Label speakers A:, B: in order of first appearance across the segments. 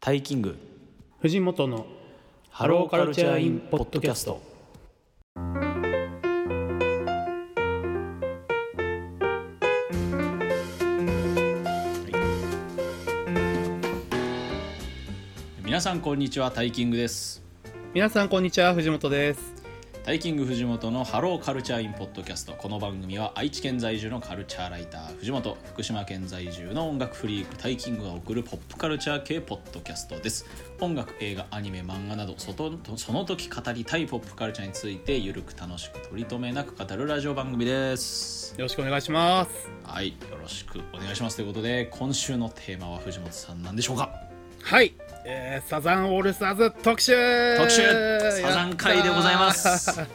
A: タイキング
B: 藤本の
A: ハローカルチャーインポッドキャスト皆さんこんにちはタイキングです
B: 皆さんこんにちは藤本です
A: タイキング藤本のハローカルチャーインポッドキャストこの番組は愛知県在住のカルチャーライター藤本福島県在住の音楽フリークタイキングが送るポップカルチャー系ポッドキャストです音楽映画アニメ漫画などそとその時語りたいポップカルチャーについてゆるく楽しく取り留めなく語るラジオ番組です
B: よろしくお願いします
A: はいよろしくお願いしますということで今週のテーマは藤本さんなんでしょうか
B: はい、えー、サザンオールスターズ特集
A: 特集サザン会でございます
B: やった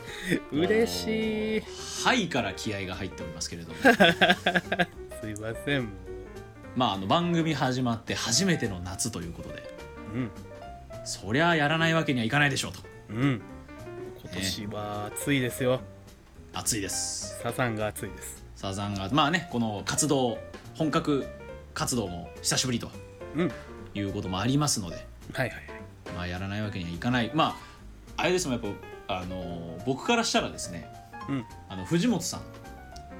B: ー嬉しい
A: はいから気合が入っておりますけれども
B: すいませんも
A: まああの番組始まって初めての夏ということで
B: ううん
A: そりゃやらないわけにはいかないでしょうと
B: うん今年は暑いですよ、
A: 暑いです
B: サザンが暑いです
A: サザンがまあねこの活動本格活動も久しぶりと
B: うんはい
A: いうこともありますので、
B: はいはい
A: まあ、やらないわけにはいかないまああれですもんやっぱあの僕からしたらですね
B: うん
A: あの藤本さん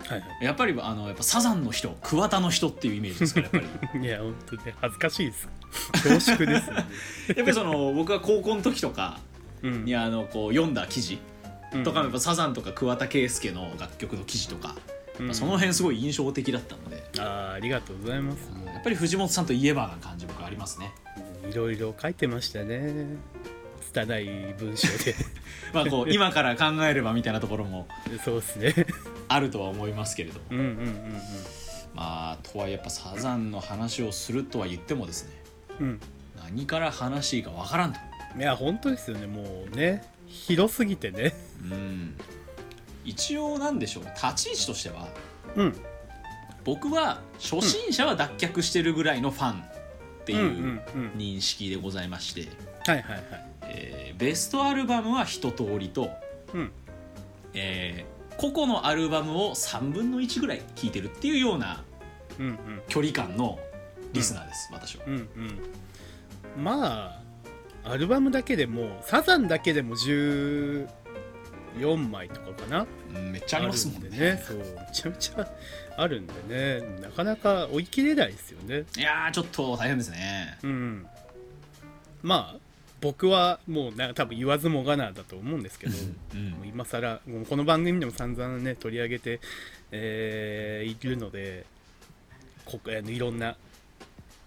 B: はい は
A: やっぱりあのやっぱサザンの人桑田の人っていうイメージですからやっぱ り
B: いいや本当ね恥ずかしいです恐縮です、ね、
A: やっぱりその僕が高校の時とか
B: うん
A: にあのこう読んだ記事
B: うん
A: とかもやっぱサザンとか桑田佳祐の楽曲の記事とか、
B: うん
A: その辺すごい印象的だったので、
B: あーありがとうございます
A: やっぱり藤本さんといえばな感じ僕ありますね。
B: いろいろ書いてましたね拙い文章で
A: まあこ う今から考えればみたいなところも
B: そうですね
A: あるとは思いますけれども
B: うんうんうん
A: まあとはやっぱサザンの話をするとは言ってもですね
B: うん
A: 何から話していいかわからんと
B: うんいや本当ですよねもうね広すぎてね
A: うん一応なんでしょう立ち位置としては
B: うん
A: 僕は初心者は脱却してるぐらいのファンって
B: うんう
A: いうん
B: うん
A: 認識でございまして、
B: はいはいはい
A: えーベストアルバムは一通りと、
B: うん
A: えー個々のアルバムを3分の1ぐらい聴いてるっていうような
B: うん
A: 距離感のリスナーです、私は
B: うんうんうんまあアルバムだけでもサザンだけでも14枚とかかな
A: うんめっちゃありますもんね
B: あるでねそうめちゃめちゃあるんでねなかなか追い切れないですよね
A: いやーちょっと大変ですね
B: うん、まあ僕はもうな多分言わずもがなだと思うんですけど
A: うん、
B: もう今更もうこの番組でも散々ね取り上げて、えーいるのでこあのいろんな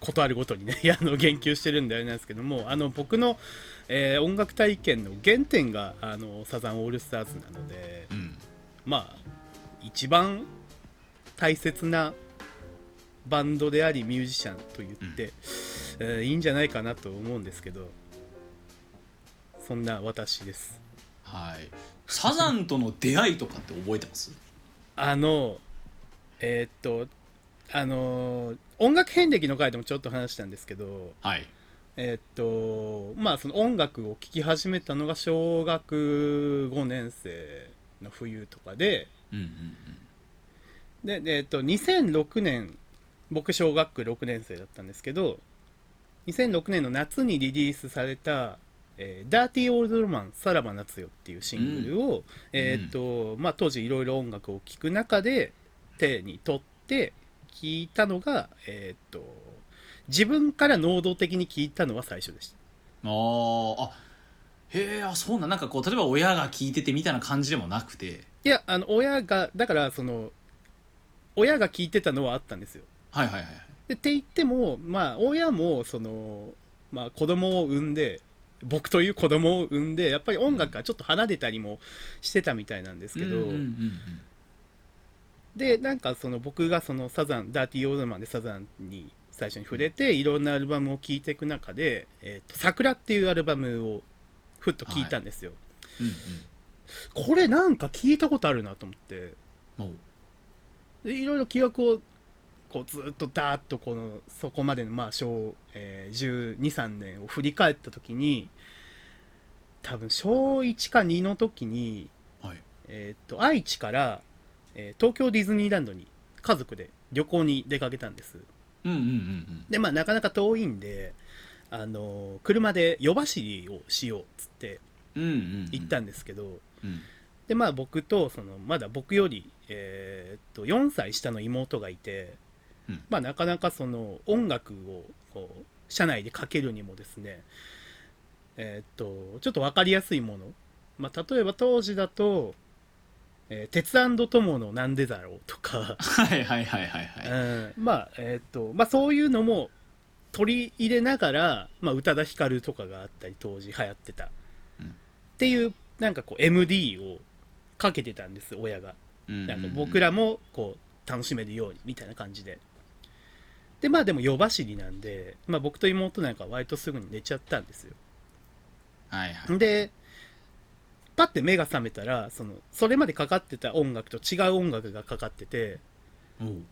B: ことあるごとにね あの言及してるんであれなんですけどもあの僕の、えー音楽体験の原点があのサザンオールスターズなので
A: うん
B: まあ一番大切なバンドでありミュージシャンと言って、えーいいんじゃないかなと思うんですけどそんな私です
A: はいサザンとの出会いとかって覚えてます
B: あのえーっとあのー音楽遍歴の回でもちょっと話したんですけど
A: はい
B: えーっとまあその音楽を聴き始めたのが小学5年生の冬とかで、
A: うんうん
B: で、でえっと、2006年僕小学校6年生だったんですけど2006年の夏にリリースされた「えーダーティー・オールド・ロマンさらば夏よ」っていうシングルを、えーっとまあ、当時いろいろ音楽を聴く中で手に取って聴いたのが、えーっと自分から能動的に聴いたのは最初でした。
A: うんあーあへえあそうなんなんかこう例えば親が聞いててみたいな感じでもなくて
B: いやあの親がだからその親が聴いてたのはあったんですよ。
A: はいはいはい
B: でって言っても、まあ、親もその、まあ、子供を産んで僕という子供を産んでやっぱり音楽からちょっと離れたりもしてたみたいなんですけど、
A: うんうんうんうん
B: でなんかその僕がそのサザンダーティーオールドマンでサザンに最初に触れていろんなアルバムを聴いていく中で「えーと桜」っていうアルバムをふっと聴いたんですよ。これなんか聞いたことあるなと思って
A: うんうんも
B: でいろいろ記憶をこうずっとダーッとこのそこまでのまあ小、えー、123年を振り返った時に多分小1か2の時に、
A: うはい
B: えーっと愛知から、えー東京ディズニーランドに家族で旅行に出かけたんです
A: うんうんうんうん
B: でまあなかなか遠いんであの車で夜走りをしようっつって
A: うんうんうん
B: 行ったんですけど、
A: うん
B: でまあ僕とそのまだ僕より、えーっと4歳下の妹がいて、
A: うん
B: まあなかなかその音楽をこう車内でかけるにもですねえーっとちょっと分かりやすいもの、まあ、例えば当時だと「えー鉄腕とものなんでだろう」とか、
A: はいはいはいはいはい
B: うんまあえーっとまあそういうのも取り入れながら、まあ、宇多田ヒカルとかがあったり当時流行ってた、
A: うん
B: っていうなんかこう MD をかけてたんです親が
A: うん
B: なん
A: う
B: か
A: ん
B: 僕らもこう楽しめるようにみたいな感じででまあでも夜走りなんで、まあ、僕と妹なんかは割とすぐに寝ちゃったんですよ
A: はいはい
B: でパッて目が覚めたらそのそれまでかかってた音楽と違う音楽がかかってて
A: おう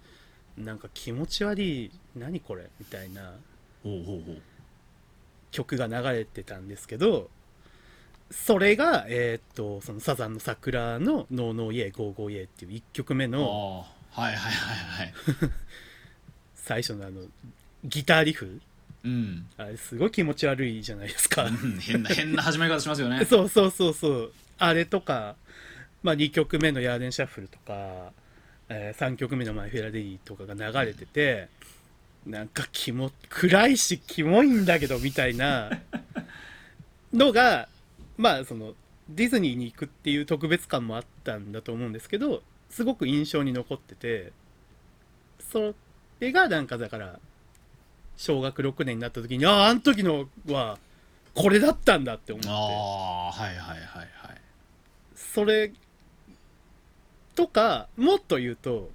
B: なんか気持ち悪い何これみたいな
A: おうおうおう
B: 曲が流れてたんですけどそれが、えーっとそのサザンの「桜」の「ノーノーイエーゴーゴーイエー」っていう1曲目の
A: ああはいはいはいはい
B: 最初のあのギターリフ
A: うん
B: あれすごい気持ち悪いじゃないですか
A: うん変な変な始め方しますよね
B: そうそうそうそうあれとか、まあ、2曲目の「ヤーデンシャッフル」とか、え3曲目の「マイ・フェラデリー」とかが流れててなんかキモ暗いしキモいんだけどみた いなのがまあそのディズニーに行くっていう特別感もあったんだと思うんですけどすごく印象に残っててそれがなんかだから小学6年になった時にあああの時のはこれだったんだって思って。
A: ああはいはいはいはい
B: それとかもっと言うと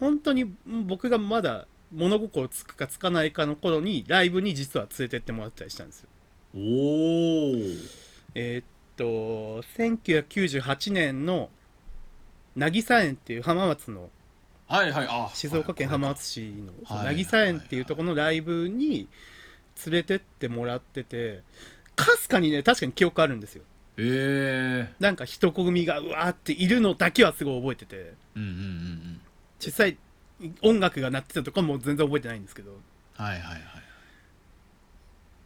B: 本当に僕がまだ物心つくかつかないかの頃にライブに実は連れてってもらったりしたんですよ
A: おお
B: えーっと1998年の渚園っていう浜松の
A: はいはいあ
B: 静岡県浜松市のその
A: はい
B: 渚園っていうところのライブに連れてってもらっててかすかにね確かに記憶あるんですよ
A: ええ
B: なんか人混みがうわーっているのだけはすごい覚えてて
A: うんうんうんうん
B: 実際音楽が鳴ってたとかも全然覚えてないんですけど
A: はいはいはい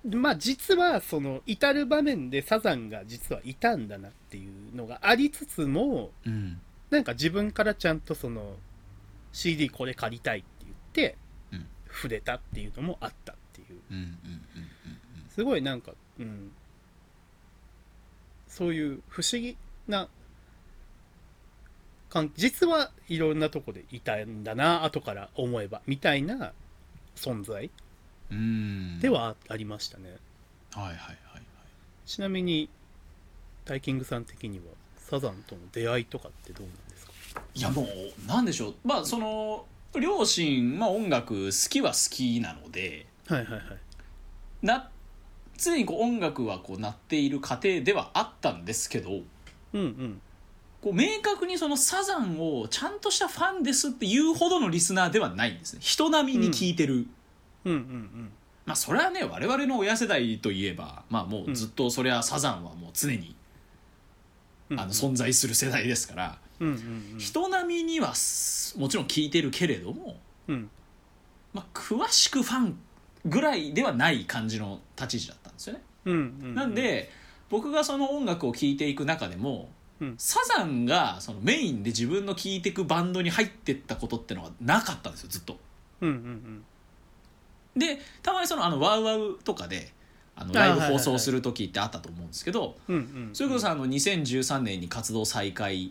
B: でまあ実はその至る場面でサザンが実はいたんだなっていうのがありつつも
A: うん
B: なんか自分からちゃんとその CD これ借りたいって言って
A: うん
B: 触れたっていうのもあったっていう
A: うんうんうん
B: すごいなんか、うん、そういう不思議な感実はいろんなとこでいたんだな後から思えばみたいな存在
A: うんうん
B: ではありましたね、
A: はいはいはいはい
B: ちなみにタイキングさん的にはサザンとの出会いとかってどうなんですか
A: いやもうなんでしょうまあその両親、まあ、音楽好きは好きなので
B: はいはいはい
A: な常にこう音楽はこう鳴っている過程ではあったんですけど
B: うんうん
A: こう明確にそのサザンをちゃんとしたファンですっていうほどのリスナーではないんですね人並みに聞いてる、
B: うんうん
A: まあそれはね我々の親世代といえばまあもうずっとそりゃサザンはもう常に、
B: うん
A: あの存在する世代ですから、
B: うんうんうん
A: 人並みにはすもちろん聞いてるけれども、
B: うん
A: まあ、詳しくファンぐらいではない感じの立ち位置だったんですよね。
B: うんうん
A: なんで僕がその音楽を聴いていく中でも、
B: うん
A: サザンがそのメインで自分の聴いていくバンドに入ってったことってのはなかったんですよずっと。
B: うんうん
A: でたまにそのあのワウワウとかであの
B: あー
A: ライブ
B: はいはい
A: 放
B: はい
A: 送する時ってあったと思うんですけど、
B: うんうんうん
A: それこそあの2013年に活動再開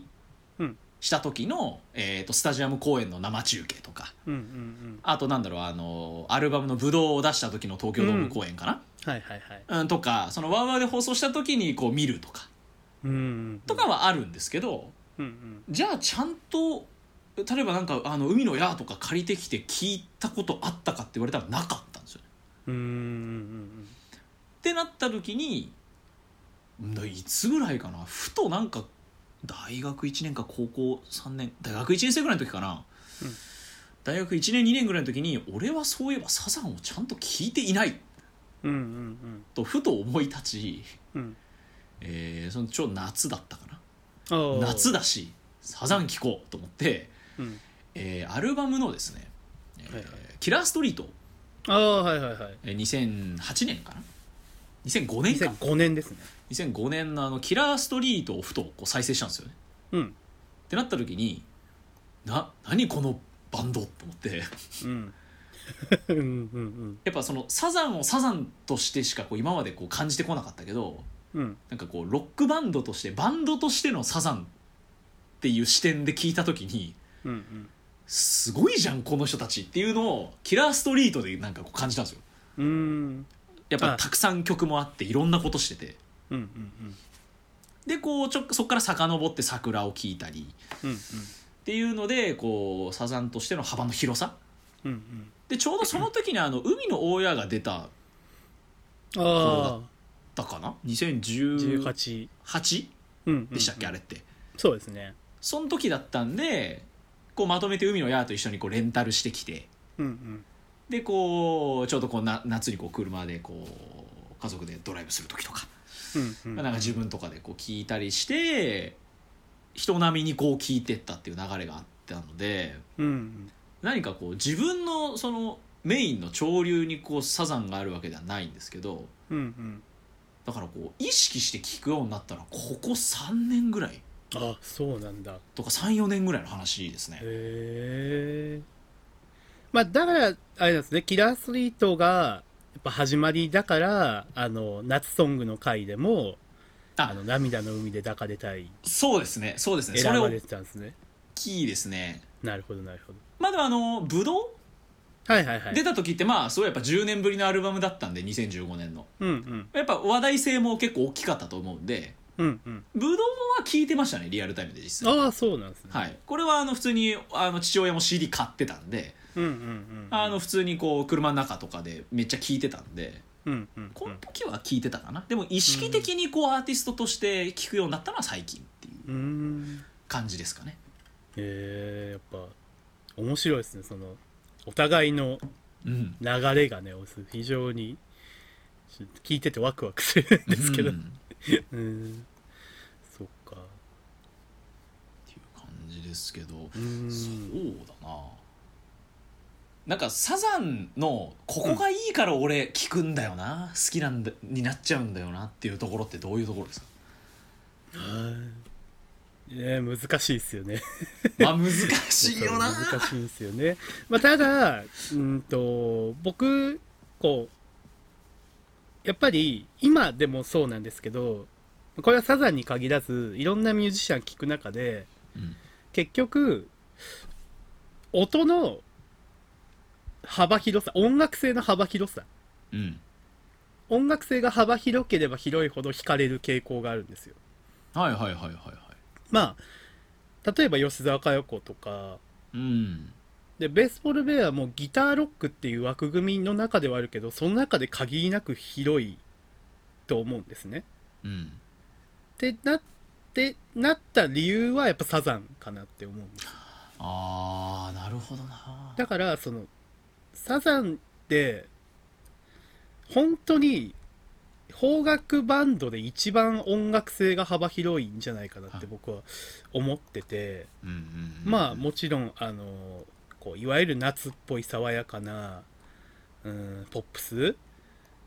B: うん
A: した時の、えー、とスタジアム公演の生中継とか
B: うんうんうん
A: あとなんだろうあのアルバムの「ブドウ」を出した時の東京ドーム公演かな、
B: はいはいはい
A: うんとかそのワンワンで放送した時にこう見るとか
B: うんうん
A: とかはあるんですけど
B: うんうん
A: じゃあちゃんと例えばなんか「あの海の矢」とか借りてきて聞いたことあったかって言われたらなかったんですよね。
B: うんうんうん
A: ってなった時にんいつぐらいかなふとなんか大学1年か高校3年大学1年生ぐらいの時かな、
B: うん
A: 大学1年2年ぐらいの時に俺はそういえばサザンをちゃんと聞いていない
B: うんうんうん
A: とふと思い立ち、
B: うんうん
A: えーそのちょうど夏だったかな
B: あー
A: 夏だしサザン聴こうと思って、
B: うん
A: えーアルバムのですね、えー
B: はいはい
A: キラーストリート
B: ああはいはいはい
A: えー2008年かな2005年か
B: 2005年ですね
A: 2005年のあのキラーストリートをふとこう再生したんですよね
B: うん
A: ってなった時にな何このバンドと思って
B: うん うんうん
A: やっぱそのサザンをサザンとしてしかこう今までこう感じてこなかったけど
B: うんうん
A: なんかこうロックバンドとしてバンドとしてのサザンっていう視点で聞いた時に
B: うんうん
A: すごいじゃんこの人たちっていうのをキラーストリートでなんかこう感じたんですよ
B: うーん
A: やっ
B: あ
A: ぱたくさん曲もあっていろんなことしてて
B: うんうん
A: でこうちょそこから遡って桜を聴いたり
B: うんうん
A: っていうのでこうサザンとしての幅の広さ
B: うんうん
A: でちょうどその時にあの海の大家が出た
B: ああ
A: だかな2018
B: 18うんうん
A: でしたっけあれって
B: そうですね
A: その時だったんでこうまとめて海のヤーと一緒にこうレンタルしてきて
B: うんうん
A: でこうちょうどこうな夏にこう車でこう家族でドライブする時とか、
B: うんうん
A: なんか自分とかでこう聞いたりして人並みにこう聞いてったっていう流れがあったので
B: うんうん
A: 何かこう自分のそのメインの潮流にこうサザンがあるわけではないんですけど
B: うんうん
A: だからこう意識して聞くようになったのはここ3年ぐらい
B: あそうなんだ
A: とか34年ぐらいの話ですね。
B: へえまあだからあれなんですねキラーストリートがやっぱ始まりだからあの夏ソングの回でも
A: あ
B: あの涙の海で抱かれたい
A: そうですねそうですねそ
B: 選
A: れ
B: ば
A: 大
B: れてたんですね
A: きいですね。
B: なるほどなるほど
A: まだあのブドウ
B: はいはいはい
A: 出た時ってまあそうやっぱ10年ぶりのアルバムだったんで2015年の
B: うんうん
A: やっぱ話題性も結構大きかったと思うんで
B: うんうん
A: ブドウは聞いてましたねリアルタイムで実際
B: ああそうなんですね、
A: はいこれはあの普通にあの父親も CD 買ってたんで
B: うんうんうん
A: あの普通にこう車の中とかでめっちゃ聞いてたんで
B: うんうん
A: この時は聞いてたかなでも意識的にこうアーティストとして聞くようになったのは最近っていう
B: うんうん
A: 感じですかね
B: えー、やっぱ面白いですねそのお互いの
A: うん
B: 流れがね非常にちょっと聞いててワクワクするんですけど
A: うんっ
B: うんそっか
A: ていう感じですけど
B: うん
A: そうだななんかサザンのここがいいから俺聞くんだよな、好きなんだになっちゃうんだよなっていうところってどういうところですか
B: はいね難しいですよね
A: まあ難しいよな
B: 難しいんですよね、まあ、ただうんと僕こうやっぱり今でもそうなんですけどこれはサザンに限らずいろんなミュージシャン聞く中で
A: うん
B: 結局音の幅広さ音楽性の幅広さ
A: うん
B: 音楽性が幅広ければ広いほど惹かれる傾向があるんですよ
A: はいはいはいはいはい
B: まあ例えば吉沢佳代子とか
A: うん
B: でベースボールベアはもうギターロックっていう枠組みの中ではあるけどその中で限りなく広いと思うんですね。
A: うん
B: ってなってなった理由はやっぱサザンかなって思うんです
A: あーなるほどな
B: だからそのサザンって本当に邦楽バンドで一番音楽性が幅広いんじゃないかなって僕は思ってて。
A: うんうんうん
B: まあもちろんあのこういわゆる夏っぽい爽やかな、うん、ポップス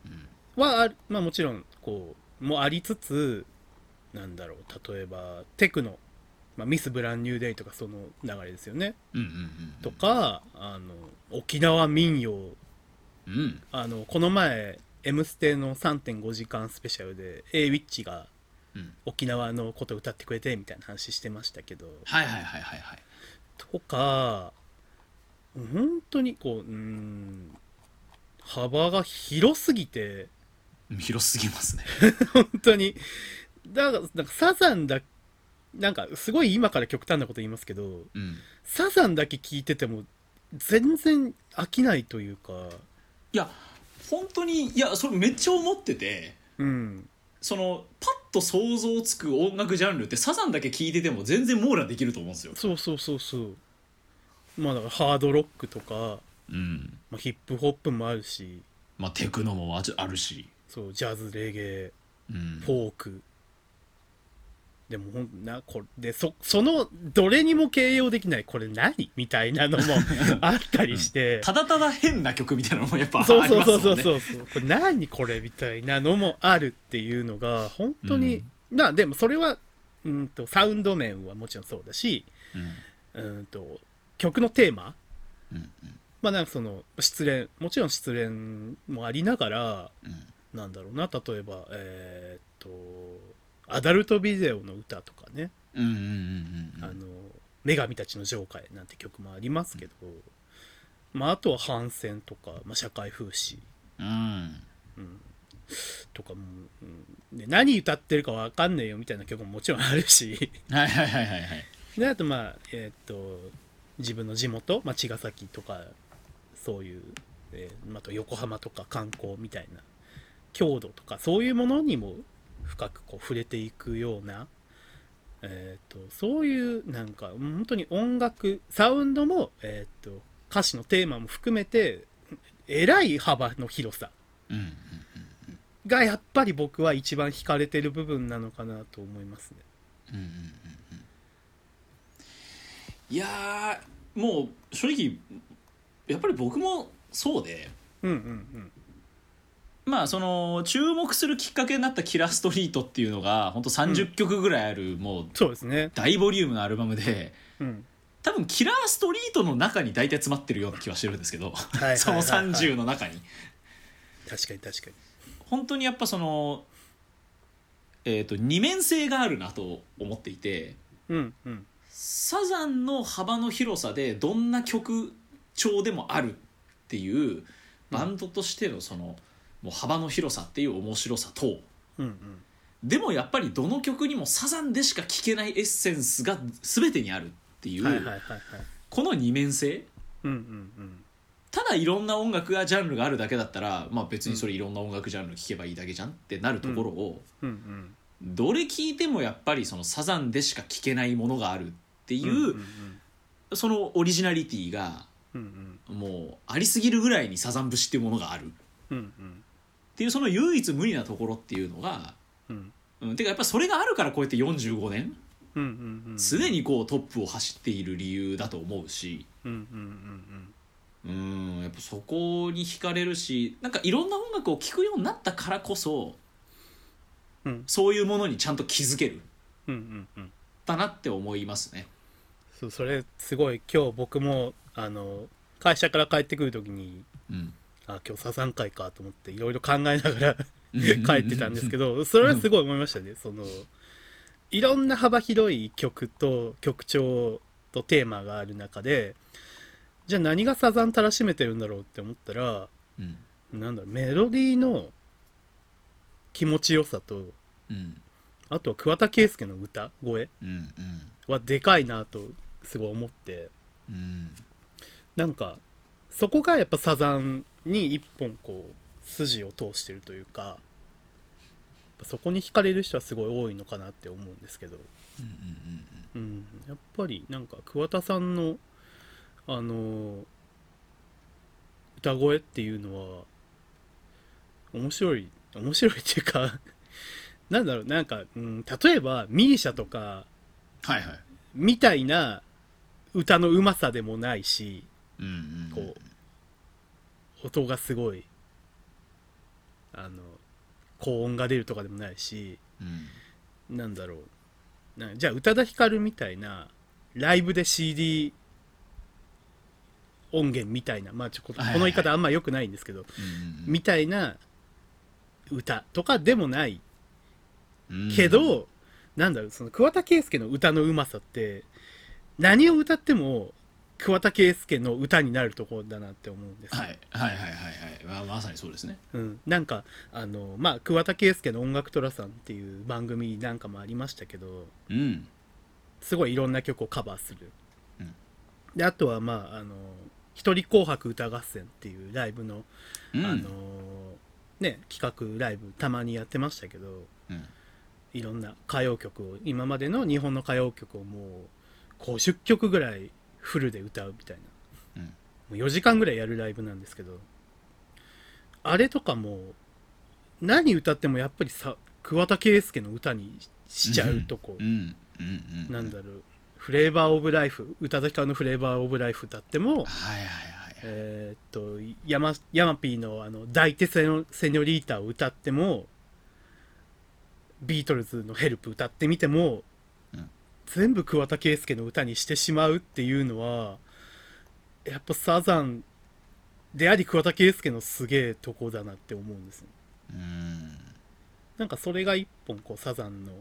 A: うん
B: はあるまあもちろんこうもありつつなんだろう例えばテクノ、まあ、ミス・ブランニューデイとかその流れですよね
A: うんうんうん
B: とかあの沖縄民謡
A: うん
B: あのこの前「M ステ」の3.5時間スペシャルで A ウィッチが
A: うん
B: 沖縄のこと歌ってくれてみたいな話してましたけど
A: はいはいはいはいはい
B: とか本当にこううーん幅が広すぎて
A: うん広すぎますね
B: 本当にだからなんかサザンだなんかすごい今から極端なこと言いますけど
A: うん
B: サザンだけ聞いてても全然飽きないというか
A: いや本当にいやそれめっちゃ思ってて
B: うん
A: そのパッと想像つく音楽ジャンルってサザンだけ聞いてても全然網羅できると思うんですよ。
B: そうそうそうそうまあだからハードロックとか、
A: うん
B: まあ、ヒップホップもあるし
A: まあ、テクノもああるし、
B: そうジャズレゲエ
A: うん
B: フォークでもほんなこれでそそのどれにも形容できないこれ何みたいな のもあったりして、
A: ただただ変な曲みたいなのもやっぱあり
B: そう
A: ますも
B: そ
A: ん
B: う
A: ね
B: そうそうそうそう、これ何これみたいなのもあるっていうのが本当に、まあでもそれはうんとサウンド面はもちろんそうだし
A: うん
B: うんと曲のテーマ
A: うん
B: まあなんかその失恋もちろん失恋もありながら
A: うん
B: なんだろうな例えばえーっとアダルトビデオの歌とかね
A: うんうんうんうん
B: あの「女神たちの浄化へ」なんて曲もありますけど、まあ、あとは反戦とか、まあ、社会風刺
A: うん
B: とかも、うんで何歌ってるかわかんねえよみたいな曲ももちろんあるし
A: はいはいはいはいはい
B: であとまあえーっと自分の地元、まあ、茅ヶ崎とかそういう、えーまああと横浜とか観光みたいな郷土とかそういうものにも深くこう触れていくような、えー、とそういうなんか本当に音楽サウンドも、えー、と歌詞のテーマも含めてえらい幅の広さ
A: うんうん
B: がやっぱり僕は一番惹かれてる部分なのかなと思いますね。
A: うんうんうんうんいやーもう正直やっぱり僕もそうで
B: うんうん
A: まあその注目するきっかけになった「キラストリート」っていうのが本当30曲ぐらいある、もう
B: そうですね。
A: 大ボリュームのアルバムで
B: うん。
A: 多分キラーストリートの中に大体詰まってるような気はしてるんですけど、
B: いはいはい
A: その30の中に
B: 確かに確かに。
A: 本当にやっぱそのえっ、と二面性があるなと思っていて
B: うんうん。
A: サザンの幅の広さでどんな曲調でもあるっていうバンドとしてのその、もう幅の広さっていう面白さと
B: うんうん。
A: でもやっぱりどの曲にもサザンでしか聴けないエッセンスが全てにあるっていう、
B: はいはいはいはい。
A: この二面性
B: うんうん
A: ただいろんな音楽がジャンルがあるだけだったら、まあ、別にそれいろんな音楽ジャンル聴けばいいだけじゃんってなるところを、
B: うん。うんうん。
A: どれ聴いてもやっぱりそのサザンでしか聴けないものがあるっていう、
B: んん
A: そのオリジナリティが
B: うんうん
A: もうありすぎるぐらいにサザン節っていうものがあるっ
B: うんうん
A: ていうその唯一無二なところっていうのが、
B: うん
A: うん、てかやっぱそれがあるからこうやって45年
B: うんうんうん
A: 常にこうトップを走っている理由だと思うし。
B: うんうんうん
A: うんやっぱそこに惹かれるしなんかいろんな音楽を聴くようになったからこそ
B: うんうん
A: そういうものにちゃんと気づける
B: うんうんうん
A: だなって思いますね。
B: そうそれすごい今日僕もあの会社から帰ってくる時に
A: うん、
B: あ今日サザン会かと思っていろいろ考えながら
A: うん
B: 帰ってたんですけどそれはすごい思いましたねそのいろんな幅広い曲と曲調とテーマがある中でじゃあ何がサザンたらしめてるんだろうって思ったら
A: うん
B: なんだろうメロディーの気持ちよさと
A: うん
B: あとは桑田佳祐の歌声
A: うん
B: はでかいなとすごい思って
A: うんうん
B: なんかそこがやっぱサザンに一本こう筋を通してるというかそこに惹かれる人はすごい多いのかなって思うんですけど、うん、やっぱりなんか桑田さんのあのー歌声っていうのは面白い面白いっていうか なんだろうなんか、うん、例えばミーシャとか
A: はいはい。
B: みたいな歌のうまさでもないし
A: うんうん
B: こう音がすごいあの高音が出るとかでもないし
A: うん
B: なんだろうなじゃあ宇多田ヒカルみたいなライブで CD 音源みたいなまあちょここ
A: はいはい
B: の言い方あんま良くないんですけ
A: う
B: ど、
A: ん
B: みたいな歌とかでもない
A: うん
B: けど、なんだろうその桑田佳祐の歌のうまさって何を歌っても桑田佳祐の歌になるところだなって思うんですよ、
A: はいはいはいはいはい、まあ、まさにそうですね。
B: うん、なんかあの、まあ、桑田佳祐の「音楽トラさん」っていう番組なんかもありましたけど
A: うん
B: すごいいろんな曲をカバーする、
A: うん
B: であとはまああの「一人紅白歌合戦」っていうライブの,、
A: うん
B: あのね、企画ライブたまにやってましたけど、
A: うん
B: いろんな歌謡曲を今までの日本の歌謡曲をもう50曲ぐらいフルで歌うみたいな、
A: うん
B: もう4時間ぐらいやるライブなんですけどあれとかも何歌ってもやっぱりさ桑田佳祐の歌にしちゃうとこ
A: う、んうんうん
B: なんだろうフレーバー・オブ・ライフ宇多田ヒカルの「フレーバー・オブ・ライフ」だって
A: はい
B: も、
A: はいはい
B: えーっとヤマヤマピーのあの「抱いてセニョセニョリータ」を歌ってもビートルズの「ヘルプ」歌ってみても、
A: うん
B: 全部桑田佳祐の歌にしてしまうっていうのはやっぱサザンであり桑田佳祐のすげえとこだなって思うんですよ
A: うん
B: なんかそれが一本こうサザンの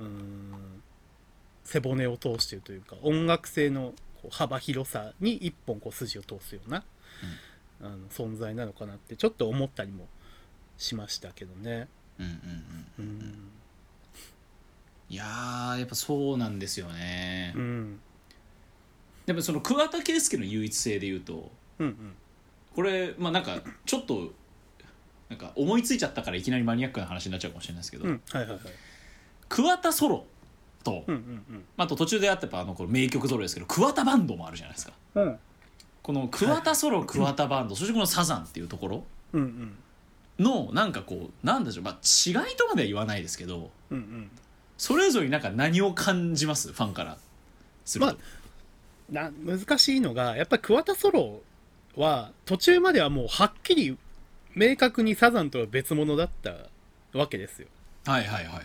B: うーん背骨を通してるというか音楽性のこう幅広さに一本こう筋を通すような、あの存在なのかなってちょっと思ったりもしましたけどね。
A: うんうんうん
B: うん
A: いやーやっぱそうなんですよね、
B: うん
A: やっぱその桑田佳祐の唯一性で言うと
B: うんうん
A: これまあなんかちょっとなんか思いついちゃったからいきなりマニアックな話になっちゃうかもしれないですけど、
B: うんはいはいはい。
A: 桑田ソロと、
B: うんうん
A: あと途中であったやっぱあのこの名曲ソロですけど桑田バンドもあるじゃないですか
B: うんうん
A: この桑田ソロ桑田バンド、そしてこのサザンっていうところ
B: うんうん
A: のなんかこうなんでしょう、まあ、違いとまでは言わないですけど
B: うんうん
A: それぞれになんか何を感じますファンからすると、
B: まな難しいのがやっぱり桑田ソロは途中まではもうはっきり明確にサザンとは別物だったわけですよ。
A: はいはいはいはい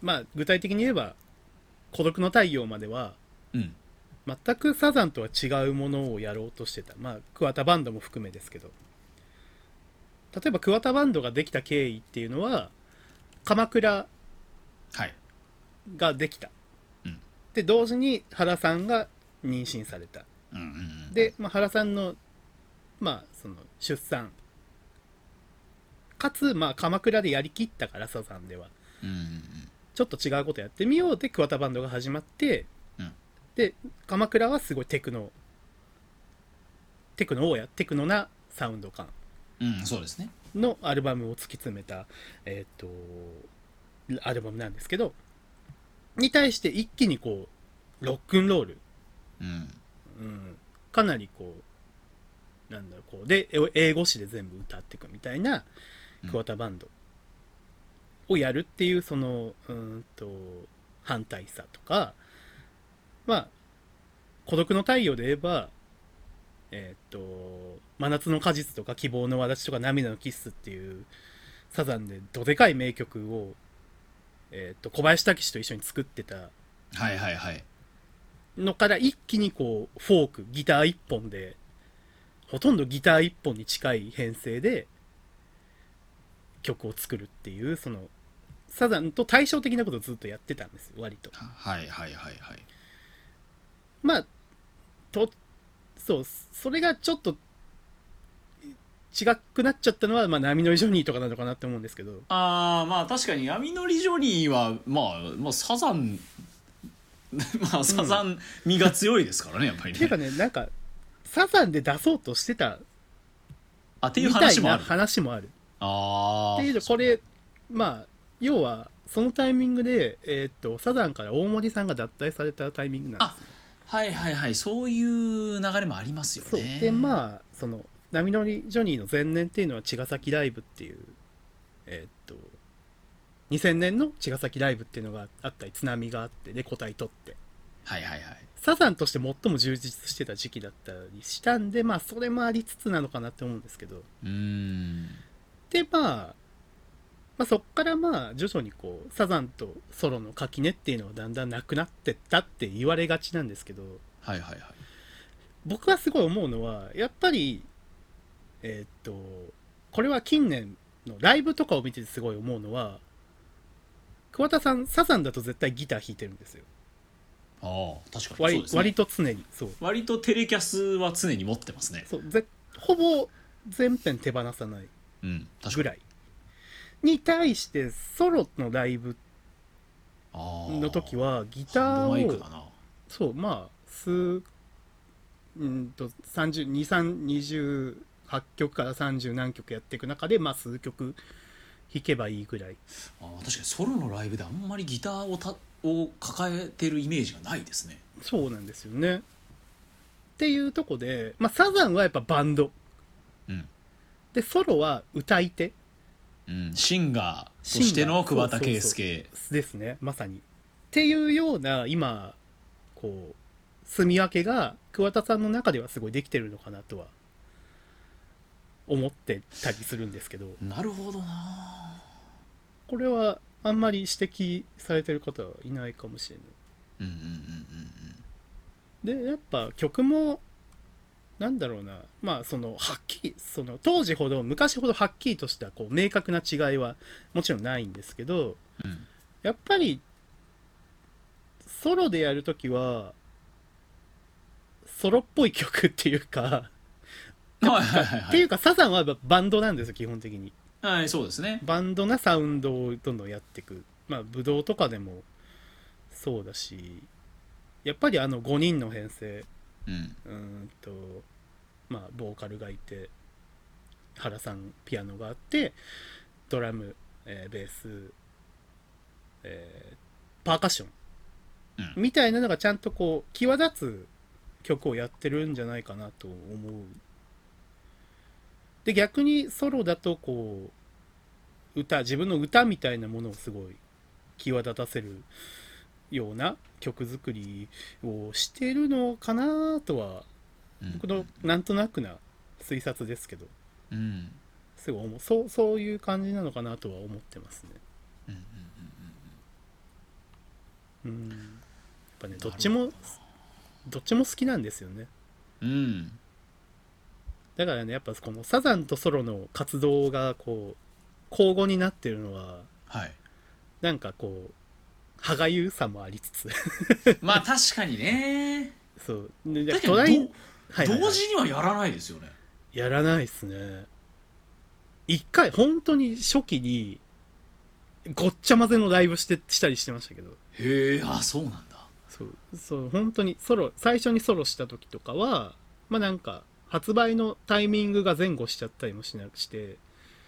B: まあ具体的に言えば「孤独の太陽」までは
A: うん
B: 全くサザンとは違うものをやろうとしてたまあ桑田バンドも含めですけど例えば桑田バンドができた経緯っていうのは鎌倉
A: はい
B: ができた、
A: うん
B: で同時に原さんが妊娠された
A: うんうんうん
B: で、まあ、原さんの,、まあその出産かつ、まあ、鎌倉でやりきったからサザンでは
A: うんうんうん
B: ちょっと違うことやってみようで桑田バンドが始まって、
A: うん
B: で鎌倉はすごいテクノテクノをやテクノなサウンド感
A: うん、そうですね。
B: のアルバムを突き詰めた、えー、とアルバムなんですけどに対して一気にこうロックンロール、
A: うん。
B: うん、かなりこうなんだろうこうでえ英語詞で全部歌っていくみたいな
A: うん
B: 桑田バンドをやるっていうそのうーんと反対さとかまあ「孤独の太陽」で言えば「えーっと真夏の果実」とか「希望の轍」とか「涙のキッス」っていうサザンでどでかい名曲を、えーっと小林武史と一緒に作ってた
A: はいはいはい。
B: のから一気にこうフォークギター一本でほとんどギター一本に近い編成で曲を作るっていうそのサザンと対照的なことをずっとやってたんですよ割と
A: ははいはいはいはい。
B: まあとそうそれがちょっと違くなっちゃったのは、まあ、波乗りジョニーとかなのかなって思うんですけど
A: ああ、まあ確かに闇のリジョニーは、まあ、まあサザン、 まあサザン味が強いですからね、やっぱり
B: てい
A: ね
B: うか。ねなんかサザンで出そうとしてた
A: あ、ってい
B: み
A: う
B: た
A: 話
B: い
A: もあ
B: な
A: る。
B: 話もある
A: ああ。
B: っていうとこれまあ要はそのタイミングで、えーっとサザンから大森さんが脱退されたタイミングなん
A: あはいはいはい、そういう流れもあります
B: で
A: よ
B: すそう
A: ね。
B: で
A: あ。
B: まあその波乗りジョニーの前年っていうのは茅ヶ崎ライブっていうえーっと2000年の茅ヶ崎ライブっていうのがあったり津波があってで個体取って
A: はいはいはい。
B: サザンとして最も充実してた時期だったりしたんでまあそれもありつつなのかなって思うんですけど
A: うーん。
B: で、まあ、まあ、そっからまあ徐々にこうサザンとソロの垣根っていうのはだんだんなくなってったって言われがちなんですけど
A: はいはいはい。
B: 僕はすごい思うのはやっぱりえーっとこれは近年のライブとかを見ててすごい思うのは桑田さんサザンだと絶対ギター弾いてるんですよ
A: ああ、確かにそう
B: 割
A: ですね。
B: 割と常にそう
A: 割とテレキャスは常に持ってますね。
B: そうぜほぼ全編手放さない
A: うん、確か
B: ぐ
A: に。
B: らいに対してソロのライブ
A: ああ。
B: の時はギ
A: ハン
B: タ
A: ドマイク
B: ーを
A: だな。
B: そうまあ数うんと3228曲から30何曲やっていく中で、まあ、数曲弾けばいいぐらい
A: あー確かにソロのライブであんまりギターをたを抱えてるイメージがないですね
B: そうなんですよね。っていうとこで、まあ、サザンはやっぱバンド
A: うん
B: でソロは歌い手
A: うん、シンガーとしての
B: シンガ
A: 桑
B: ー
A: 田佳祐
B: ですねまさに。っていうような今こう住み分けが桑田さんの中ではすごいできてるのかなとは思ってたりするんですけど
A: なるほどな
B: これはあんまり指摘されてる方はいないかもしれない。
A: うんうんうん
B: でやっぱ曲もなんだろうなまあそのはっきりその当時ほど昔ほどはっきりとしたこう明確な違いはもちろんないんですけど
A: うんうん
B: やっぱりソロでやるときはソロっぽい曲っていうか
A: うんはいはいはい
B: っ
A: は
B: てい
A: いう
B: かサザンはやっぱバンドなんですよ基本的に
A: はいそうですね
B: バンドなサウンドをどんどんやっていくまあブドウとかでもそうだしやっぱりあの5人の編成
A: うん
B: うーんとまあボーカルがいて原さんピアノがあってドラム、えーベース、えーパーカッション、
A: う
B: みたいなのがちゃんとこう際立つ曲をやってるんじゃないかなと思うで逆にソロだとこう歌自分の歌みたいなものをすごい際立たせるような曲作りをしてるのかなとは
A: うん
B: 僕のなんとなくな推察ですけど
A: うんうん
B: すごい思うそうそういう感じなのかなとは思ってますね
A: うんうん
B: うんやっぱ
A: なる
B: ね
A: ほど
B: どっちもどっちも好きなんですよね
A: うん
B: だからねやっぱこのサザンとソロの活動がこう交互になってるのは
A: はい
B: なんかこう歯がゆさもありつ つ
A: まあ確かにね
B: そうで
A: だけ
B: ト
A: ど
B: ライ
A: ど
B: はいはいはい
A: 同時にはやらないですよね
B: やらないっすね一回本当に初期にごっちゃ混ぜのライブしてしたりしてましたけど
A: へえあそうなんだ
B: そうそう本当にソロ最初にソロした時とかはまあなんか発売のタイミングが前後しちゃったりもしなくして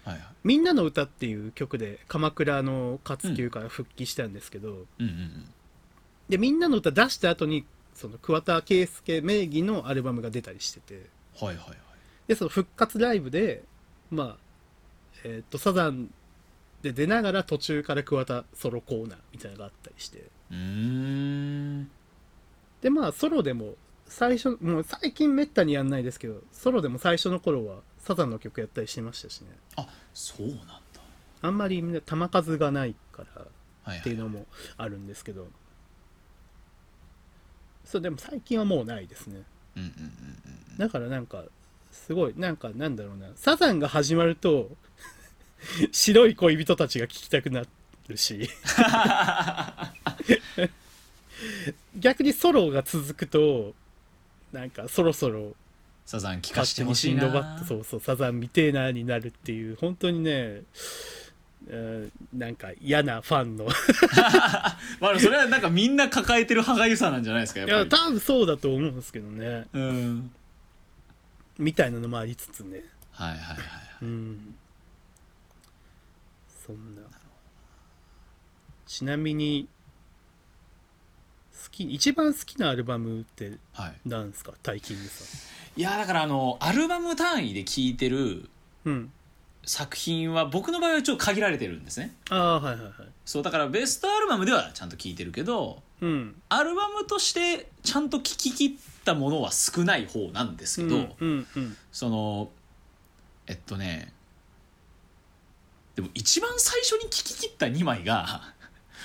A: はいはい
B: 「みんなの歌っていう曲で鎌倉の活休から復帰したんですけど、
A: うんうんうん
B: で「みんなの歌出した後にその桑田佳祐名義のアルバムが出たりしてて
A: はいはいはい
B: でその復活ライブでまあえーっとサザンで出ながら途中から桑田ソロコーナーみたいなのがあったりして
A: うーん
B: でまあソロでも最初もう最近めったにやんないですけどソロでも最初の頃はサザンの曲やったりしてましたしね
A: あそうなんだ
B: あんまりみんな球数がないから
A: はい
B: っ
A: は
B: ていう
A: い
B: のもあるんですけどそうでも最近はもうないですね
A: うんうん
B: だからなんかすごいなんかなんだろうなサザンが始まると 白い恋人たちが聴きたくな るし逆にソロが続くとなんかそろそろ
A: サザン聞か
B: 勝
A: せて
B: 手
A: ほ
B: に
A: し
B: シ
A: い
B: ン
A: な
B: ドバッドそうそうサザンみてえなになるっていう本当にね、うんなんか嫌なファンのい
A: まあそれはなんかみんな抱えてる歯がゆさなんじゃないですかやっぱり
B: や多分そうだと思うんですけどね
A: うん
B: みたいなのもありつつね
A: はいはいはい
B: うんそんなちなみに好き一番好きなアルバムって
A: はい
B: 何ですか大金でさ
A: いやだからあのアルバム単位で聴いてる
B: んうん
A: 作品は僕の場合はちょっと限られてるんですね
B: ああはいはいはい
A: そうだからベストアルバムではちゃんと聴いてるけど
B: うん
A: アルバムとしてちゃんと聴き切ったものは少ない方なんですけど、
B: うんうんうん
A: そのえっとねでも一番最初に聴き切った2枚が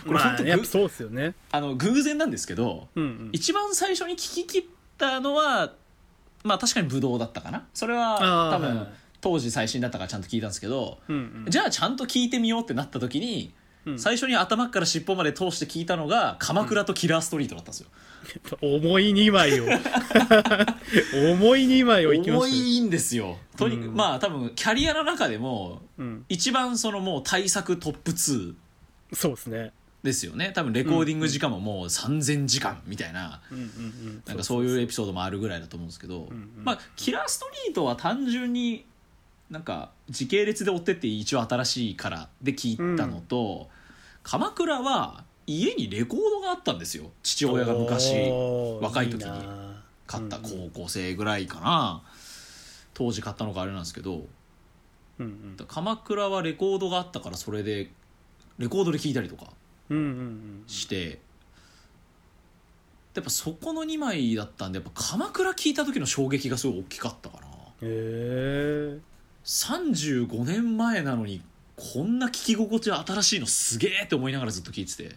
A: これ
B: ま
A: 本
B: あ
A: 当、
B: やっ
A: ぐ
B: ぱそうっすよね
A: あの偶然なんですけど
B: うんうん
A: 一番最初に聴き切ったのはまあ確かにブドウだったかなそれは
B: あー
A: 多
B: はい
A: 分
B: はい
A: 当時最新だったからちゃんと聞いたんですけど、
B: うんうん
A: じゃあちゃんと聞いてみようってなった時に、
B: うん
A: 最初に頭から尻尾まで通して聞いたのが「鎌倉とキラーストリート」だったんですよ。
B: 重い2枚を重い2枚をいきま
A: 重
B: し
A: いんですよ。とに
B: うん
A: まあ多分キャリアの中でも
B: たうん
A: 一番そのもう対策トップ2
B: そうですね
A: ですよね多分レコーディング時間ももう3,000時間みたいな。
B: うんうんうん
A: なんかそういうエピソードもあるぐらいだと思うんですけど、
B: んうん
A: まあ、キラーストリートは単純になんか時系列で追ってって一応新しいからで聞いたのと、鎌倉は家にレコードがあったんですよ父親が昔
B: おー
A: 若い時に
B: な
A: 買った
B: うんうん
A: 高校生ぐらいかな、当時買ったのがあれなんですけど
B: うんうん
A: 鎌倉はレコードがあったからそれでレコードで聴いたりとか
B: うんうんうん
A: してやっぱそこの2枚だったんでやっぱ鎌倉聴いた時の衝撃がすごい大きかったかな
B: へえ
A: 35年前なのにこんな聴き心地新しいのすげえって思いながらずっと聴いてて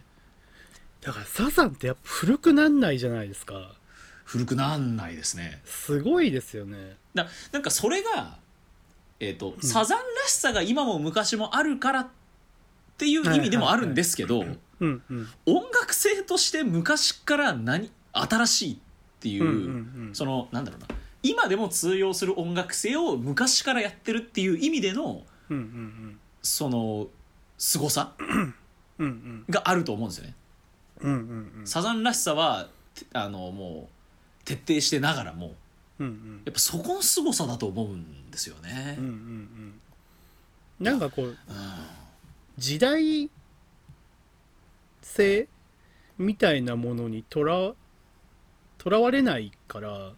B: だからサザンってやっぱ古くなんないじゃないですか
A: 古くなんないですね
B: すごいですよね
A: だなんかそれが、えーとサザンらしさが今も昔もあるからっていう意味でもあるんですけど、
B: うんうん
A: 音楽性として昔から何新しいっていう,、
B: うんうんうん
A: そのなんだろうな今でも通用する音楽性を昔からやってるっていう意味での
B: うんうん
A: その凄さ
B: うんうん
A: があると思うんですよね。
B: うんうんうん
A: サザンらしさはてあのもう徹底してながらも
B: うんうん
A: やっぱそこの凄さだと思うんですよね。
B: うんうんうんなんかこう
A: うん
B: 時代性みたいなものにとらとらわれないから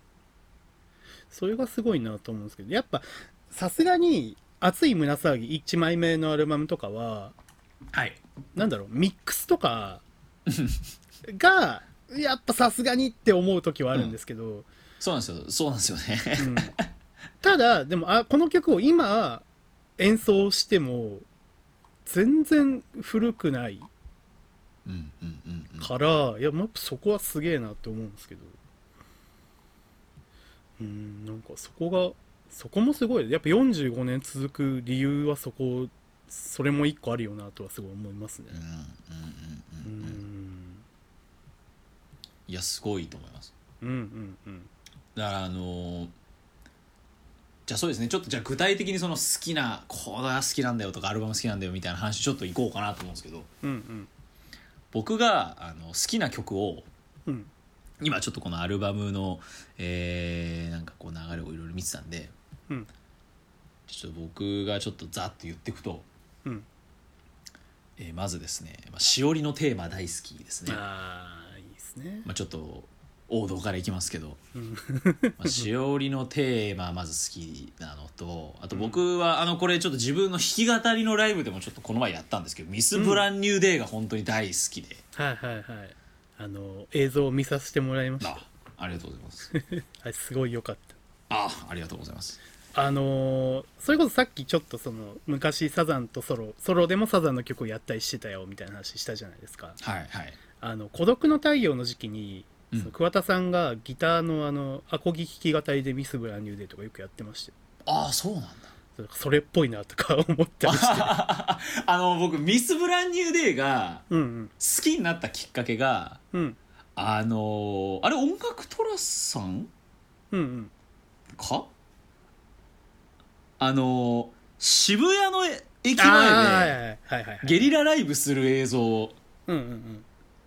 B: それがすごいなと思うんですけどやっぱさすがに「熱い胸騒ぎ」1枚目のアルバムとかは
A: はい
B: なんだろうミックスとかがやっぱさすがにって思う時はあるんですけど、
A: そうなんですよ。そうなんですよね。
B: うんただでもあこの曲を今演奏しても全然古くない
A: うんうんうんうん。
B: から、いやもうやっぱそこはすげえなって思うんですけどうんなんかそこがそこもすごいやっぱ45年続く理由はそこそれも一個あるよなとはすごい思いますね
A: うんうん
B: う
A: うんうんうん。
B: ん
A: いやすごいと思います。
B: うんうんうん
A: だからあのーじゃあそうですねちょっとじゃあ具体的にその好きなこれが好きなんだよとかアルバム好きなんだよみたいな話ちょっといこうかなと思うんですけど
B: うんうん
A: 僕があの好きな曲を
B: うん
A: 今ちょっとこのアルバムの、えーなんかこう流れをいろいろ見てたんで
B: うん
A: ちょっと僕がちょっとざっと言っていくと、
B: うん
A: えーまずですね「まあ、しおりのテーマ大好き」ですね。
B: ああいいですね
A: まあ、ちょっと王道からいきますけど、
B: うん
A: まあ、しおりのテーマまず好きなのとあと僕はあのこれちょっと自分の弾き語りのライブでもちょっとこの前やったんですけど「ミス・ブランニュー・デイ」が本当に大好きで、
B: はいはいはいあの映像を見させてもらいました
A: あありがとうございます
B: あれすごい良かった
A: あありがとうございます
B: あのーそれこそさっきちょっとその昔サザンとソロソロでもサザンの曲をやったりしてたよみたいな話したじゃないですか
A: はいはい
B: あの孤独の太陽の時期に、
A: うん
B: その桑田さんがギターのあのアコギ弾き語りで「ミス・ブランニューデイ」とかよくやってましたよ
A: ああそうなんだ
B: それそれっぽいなとか思ったりして
A: あの僕「ミス・ブランニュー・デイ」が
B: うんうん
A: 好きになったきっかけが
B: うん
A: あのーあれ音楽トラスさん
B: うんうん
A: かあの渋谷の駅
B: あ
A: 前
B: ー
A: で
B: はいはいはいはい
A: ゲリラライブする映像
B: うんうんうん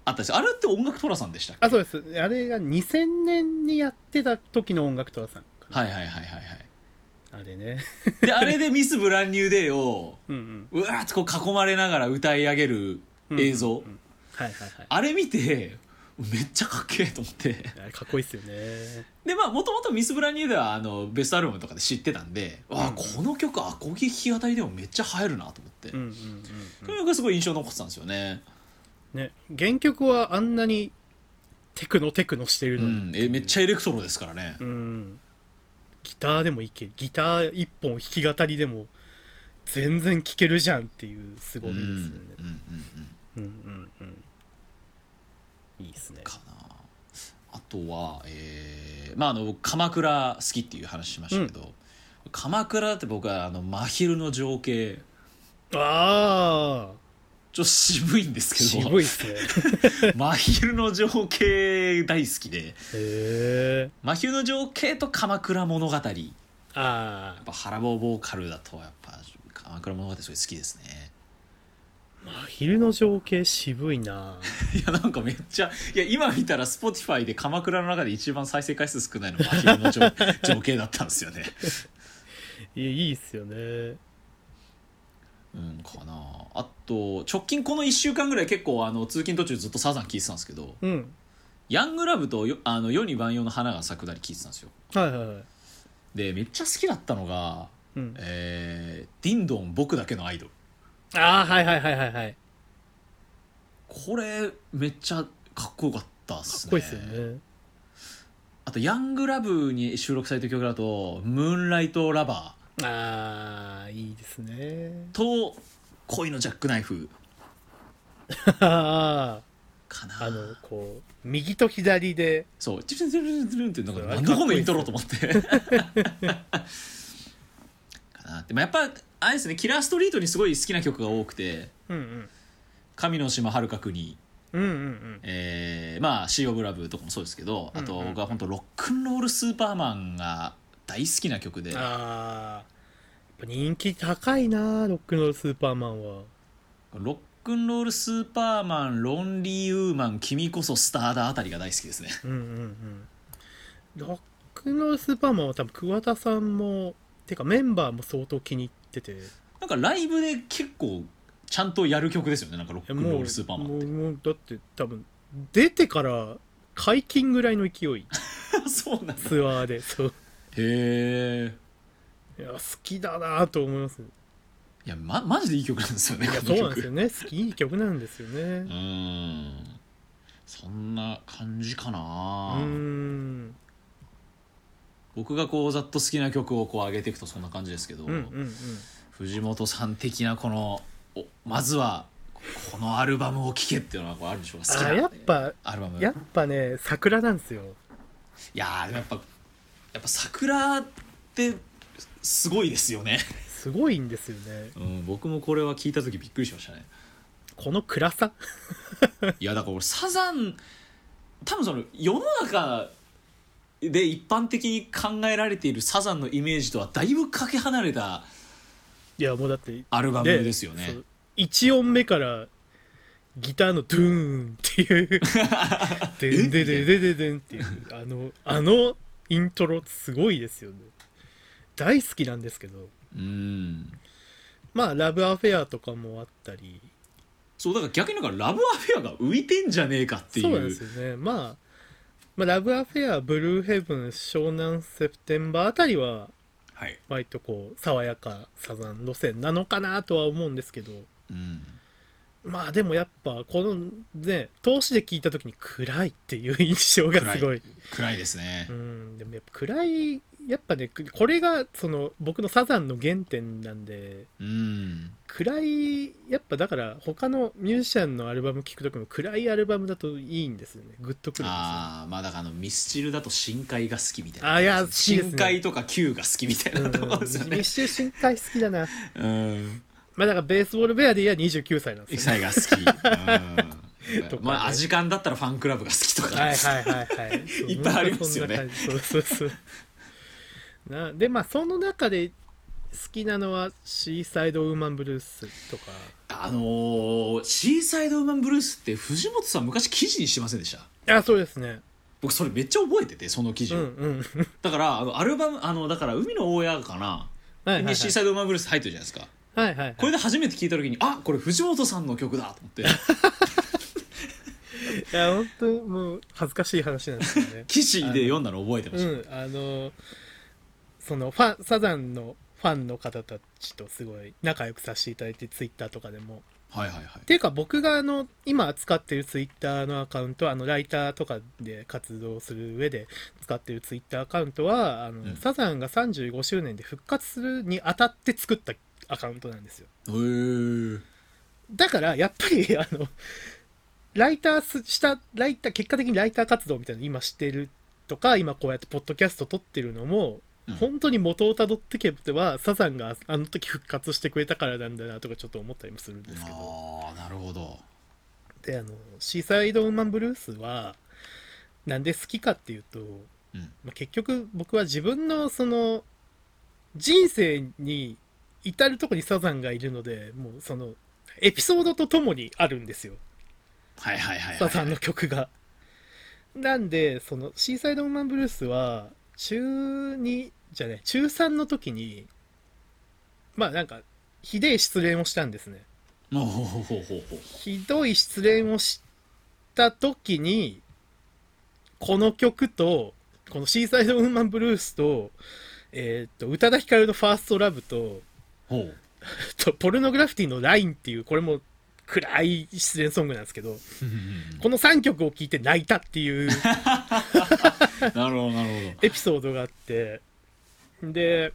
A: あったしあれって音楽トラさんでしたっけ
B: あそうですあれが2000年にやってた時の音楽とはさんかな
A: はいはいはいはいはい
B: あれね
A: であれで「ミス・ブランニュー・デイ」を
B: うんう
A: う
B: ん
A: わーってこう囲まれながら歌い上げる映像、
B: うんうんうんはいはいはい
A: あれ見てめっちゃかっけえと思って
B: あれかっこいいっすよね
A: でまあもともとミス・ブランニューデイはあのベストアルバムとかで知ってたんで、わあこの曲アコギ弾き語りでもめっちゃ映えるなと思って、
B: うんうんうんうん
A: この曲がすごい印象に残ってたんですよね
B: ね、原曲はあんなにテクノテクノしてる
A: う
B: のに、
A: ん、えめっちゃエレクトロですからね、
B: うんギターでもいけるギター一本弾き語りでも全然聴けるじゃんっていうすご
A: うん
B: みで
A: うん
B: すよね
A: うんうん
B: うんうんうんいいですね
A: かなあとは、えーまあ、あの鎌倉好きっていう話しましたけど、鎌倉って僕はあの真昼の情景
B: ああ
A: ちょっと渋いんですけど
B: 渋いっすね
A: 真昼の情景大好きで
B: へえ
A: 真昼の情景と鎌倉物語やっ
B: ああ
A: ぱハラボーボーカルだとやっぱ鎌倉物語すごい好きですね
B: 真昼の情景渋いない
A: やなんかめっちゃいや今見たら Spotify で鎌倉の中で一番再生回数少ないの真昼の情 情景だったんですよね
B: いやいいっすよね
A: うんかなあと直近この1週間ぐらい結構あの通勤途中ずっとサザン聞いてたんですけど
B: うん
A: 「ヤングラブとよ」あの世に万葉の花が咲くだり聞いてたんですよ
B: はいはいはい
A: でめっちゃ好きだったのが
B: うん、
A: えーディンドン僕だけのアイドル
B: ああはいはいはいはいはい
A: これめっちゃかっこよかったっす
B: か
A: ね
B: っこいいっすよね
A: あと「ヤングラブ」に収録された曲だと「ムーンライト・ラバー
B: ああいいですね」
A: と「恋のジャックナイフ
B: あ」
A: かな
B: あのこう右と左で
A: そう「チュルチュルチュルン」ってなん
B: そ
A: か
B: う
A: なんだこのイントロ
B: か
A: と思ってかなって、まあ、やっぱあれですねキラーストリートにすごい好きな曲が多くて
B: うんうん
A: 「神の島はるか国」
B: うんうん
A: えーまあ「シー・オブ・ラブ」とかもそうですけどあと
B: うんうん
A: 僕は本当ロックンロール・スーパーマン」が大好きな曲
B: う
A: で
B: んああやっぱ人気高いなロックンロールスーパーマンは
A: ロックンロールスーパーマン、ロンリーウーマン、君こそスターだあたりが大好きですね。
B: うんうんうんロックンロールスーパーマンは多分桑田さんもてかメンバーも相当気に入ってて
A: なんかライブで結構ちゃんとやる曲ですよね、なんかロックンロールスーパーマン
B: も
A: っ
B: うもうだって多分出てから解禁ぐらいの勢い
A: て。そうなんだ。へ
B: ツアーで そう
A: え。
B: いや好きだなと思 います
A: いや、ま、マジでいい曲なんですよね、
B: いや
A: こ
B: そ
A: の
B: うなんです
A: 曲。
B: よね好きいい曲なんですよ
A: う
B: ね
A: ーん。そんな感じか
B: う
A: な
B: ーん
A: 僕がこう、ざっと好きな曲をこう上げていくとそんな感じですけど、
B: うんうんうん
A: 藤本さん的なこの、おまずは、このアルバムを聴けっていうのはこうあるでしょうか好き
B: あ
A: な
B: やっぱ
A: アルバム。
B: やっぱね桜なんですよ
A: いやーでもやっぱやっぱ桜ってすごいですよね、
B: すごいんですよね
A: うん、僕もこれは聞いた時びっくりしましたね
B: この暗さ
A: いやだから俺サザン多分その世の中で一般的に考えられているサザンのイメージとはだいぶかけ離れた
B: いやもうだって
A: アルバム
B: で
A: ですよね
B: そう1音目からギターのドゥーンって いう「でんでででででん」っていうあのあのイントロすごいですよね大好きなんですけど
A: うん
B: まあ「ラブアフェア」とかもあったり
A: そうだから逆になんかラブアフェアが浮いてんじゃねえかってい
B: そうなん
A: う
B: ですよねまあ「まあ、ラブアフェア」「ブルーヘブン」「湘南セプテンバー」あたりは
A: はい、
B: 割とこう爽やかサザン路線なのかなとは思うんですけど
A: うん、
B: まあでもやっぱこのね投資で聞いた時に暗いっていう印象がすごい
A: 暗いですね
B: うんでもやっぱ暗いやっぱねくこれがその僕のサザンの原点なんで
A: うん
B: 暗いやっぱだから他のミュージシャンのアルバム聴く時も暗いアルバムだといいんですよねグッとくるんですよ
A: ああまあだからあのミスチルだと深海が好きみたいな
B: あーいや好きですね
A: 深海とか Q が好きみたいなところですよ
B: うん、
A: ね
B: 密集深海好きだな。
A: うん
B: まあだからベースボールベアで言えば29歳なんですよ、ね。
A: が好 きうん
B: とかね
A: まあアジカンだったらファンクラブが好きとか、
B: はいはいはいはい。そう
A: いっぱいありますよね
B: 本当そんな感じそうそうそう。なでまあその中で好きなのはシーサイドウーマンブルースとか。
A: あのーシーサイドウーマンブルースって藤本さん昔記事にしてませんでした
B: あそうですね。
A: 僕それめっちゃ覚えててその記事
B: うん
A: を、
B: うん。
A: だからあのアルバムあのだから海の大家かな、
B: はいはいは
A: に
B: い。
A: シーサイドウーマンブルース入ってるじゃないですか
B: はいはいはい
A: これで初めて聞いた時にあこれ藤本さんの曲だと思っ て。
B: いや本当もう恥ずかしい話なんですよね
A: 記事で読んだの覚えてま
B: う
A: した、
B: んあのそのファンサザンのファンの方たちとすごい仲良くさせていただいてツイッターとかでも
A: はいはいはい
B: っていうか僕があの今扱ってるツイッターのアカウントあのライターとかで活動する上で使ってるツイッターアカウントはあの、
A: うん
B: サザンが35周年で復活するにあたって作ったアカウントなんですよ
A: へー
B: だからやっぱりあのライターすしたライター結果的にライター活動みたいなの今してるとか今こうやってポッドキャスト撮ってるのも、
A: うん
B: 本当に元をたどってけばサザンがあの時復活してくれたからなんだなとかちょっと思ったりもするんですけど
A: ああなるほど
B: であのシーサイドウーマンブルースはなんで好きかっていうと、
A: うん
B: まあ、結局僕は自分のその人生に至るとこにサザンがいるのでもうそのエピソードとともにあるんですよ
A: はいはいはい
B: サ
A: はい
B: ザンの曲が。なんでそのシーサイドウーマンブルースは中2じゃない中3の時にまあなんかひでえ失恋をしたんですね。
A: ほうほうほうほうほうほう
B: ひどい失恋をした時にこの曲とこの「シーサイド・ウーマン・ブルース」とえーっと宇多田ヒカルの「ファーストラブと
A: ほ う
B: えっと「ポルノグラフィティの「ラインっていうこれも暗い失恋ソングなんですけどこの3曲を聴いて泣いたっていう
A: なるほどなる
B: エピソードがあってで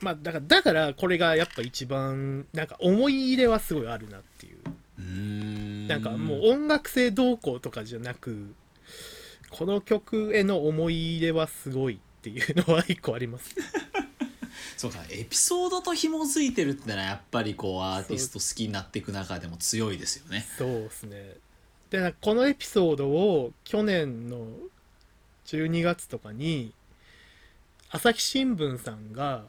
B: まあだからだからこれがやっぱ一番なんか思い入れはすごいあるなっていう
A: ほどうん
B: なんかもう音楽性動向とかじゃなくこの曲への思い入れはすごいっていうのは一個あり ます
A: そうかエピソードと紐づいてるってのはやっぱりこうアーティスト好きになっていく中でも強いですよね
B: そうですねでなんかこのエピソードを去年の12月とかに朝日新聞さんが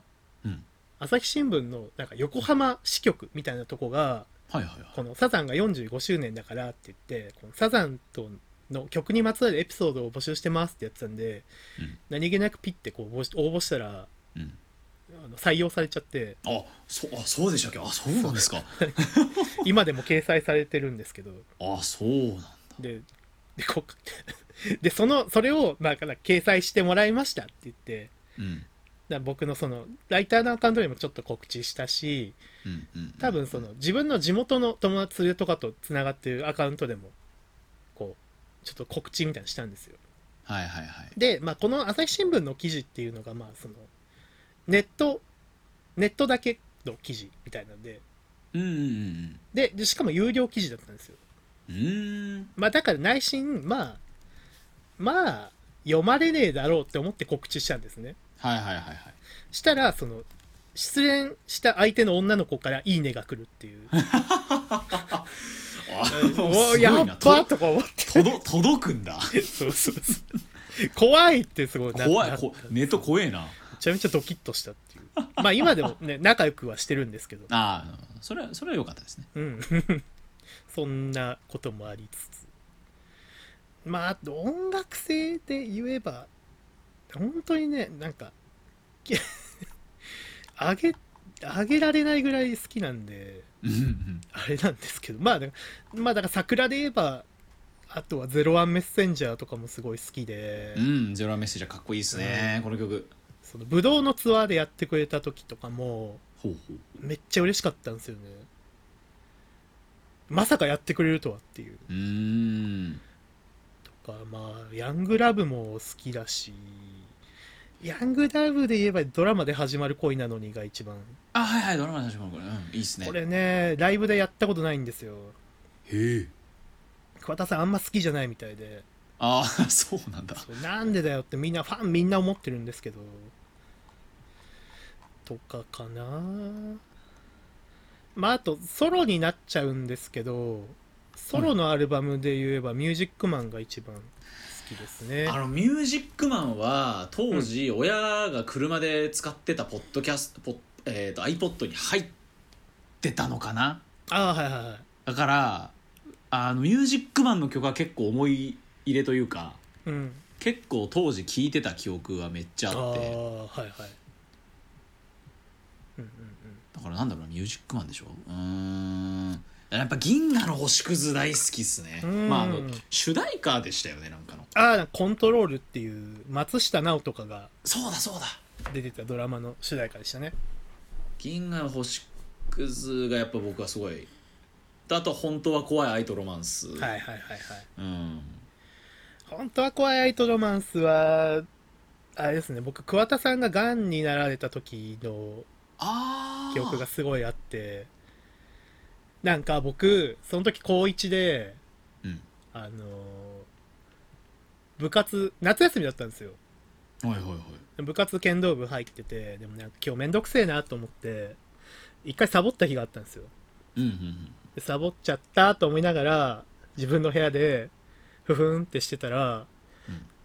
A: うん
B: 朝日新聞のなんか横浜支局みたいなとこが
A: はいはいはい
B: このサザンが45周年だからって言ってこのサザンとの曲にまつわるエピソードを募集してますってやってたんで、
A: うん
B: 何気なくピッてこう応募し応募したら
A: うん
B: あの採用されちゃって
A: あそあそうでしたっけあそうなんですか
B: 今でも掲載されてるんですけど
A: あそうなんだ
B: ででこ でそのそれを、まあ、だから掲載してもらいましたって言って
A: うん
B: だから僕のそのライターのアカウントにもちょっと告知したし
A: うんうん
B: 多分その自分の地元の友達とかとつながってるアカウントでもこうちょっと告知みたいにしたんですよ
A: はいはいはい
B: で、まあ、この朝日新聞の記事っていうのが、まあ、そのネットネットだけの記事みたいなので
A: うんうん
B: ででしかも有料記事だったんですよ、
A: うんうんうーん
B: まあ、だから内心まあまあ読まれねえだろうって思って告知したんですね
A: はいはいはいはい
B: したらその失恋した相手の女の子から「いいね」が来るっていう
A: あ
B: 「 お
A: すご
B: ー
A: いな
B: やっば!」
A: と
B: とか思って
A: 届届くんだ
B: そうそうそう怖いってすごいな
A: 怖
B: ない
A: こネット怖えな
B: めちゃめちゃドキッとしたっていうまあ今でもね仲良くはしてるんですけど
A: ああそれはそれは良かったですね
B: うん そんなこともありつつまああと音楽性で言えば本当にねなんか き上げ上げられないぐらい好きなんで
A: うんうん
B: あれなんですけどまあだからまあだから桜で言えばあとは「ゼロワンメッセンジャー」とかもすごい好きで、
A: うん、ゼロメッセージャーかっこいいですね、
B: う
A: この曲。
B: そのブドウのツアーでやってくれた時とかも
A: ほうほう。
B: めっちゃ嬉しかったんですよねまさかやってくれるとはっていう
A: うーん。
B: とかまあヤングラブも好きだしヤングラブで言えばドラマで始まる恋なのにが一番
A: あ、はいはい、ドラマの始まりこれ、うん、いいですね。
B: これねライブでやったことないんですよ
A: へえ。
B: 桑田さんあんま好きじゃないみたいで
A: ああ、そうなんだ。
B: そうなんでだよってみんなファンみんな思ってるんですけどとかかなまああとソロになっちゃうんですけどソロのアルバムで言えば「ミュージックマン」が一番好きですね
A: あの、ミュージックマンは、当時、親が車で使ってたポッドキャスト、ポッえっ、と、iPod に入ってたのかな
B: ああはいはいはい
A: だから、あの、ミュージックマンの曲は結構思い入れというか、
B: うん
A: 結構当時聴いてた記憶はめっちゃ
B: あ
A: あ
B: あ
A: って、
B: はいはいうんうんうん
A: だからなんだろうなミュージックマンでしょうーんやっぱ銀河の星屑大好きっすね
B: うん
A: まああの主題歌でしたよねなんかの
B: ああコントロールっていう松下奈緒とかが
A: そうだそうだ
B: 出てたドラマの主題歌でしたね
A: 銀河の星屑がやっぱ僕はすごいだと本当は怖い愛とロマンス、
B: はいはいはいはい
A: うん
B: 本当は怖いアイトロマンスはあれですね僕桑田さんががんになられた時の
A: ああ
B: 記憶がすごいあってなんか僕その時高一で
A: うん
B: あのー部活夏休みだったんですよ
A: はいはいはい
B: 部活剣道部入っててでもなんか今日めんどくせえなと思って一回サボった日があったんですよ
A: うんうんうん
B: でサボっちゃったと思いながら自分の部屋でふふんってしてたら、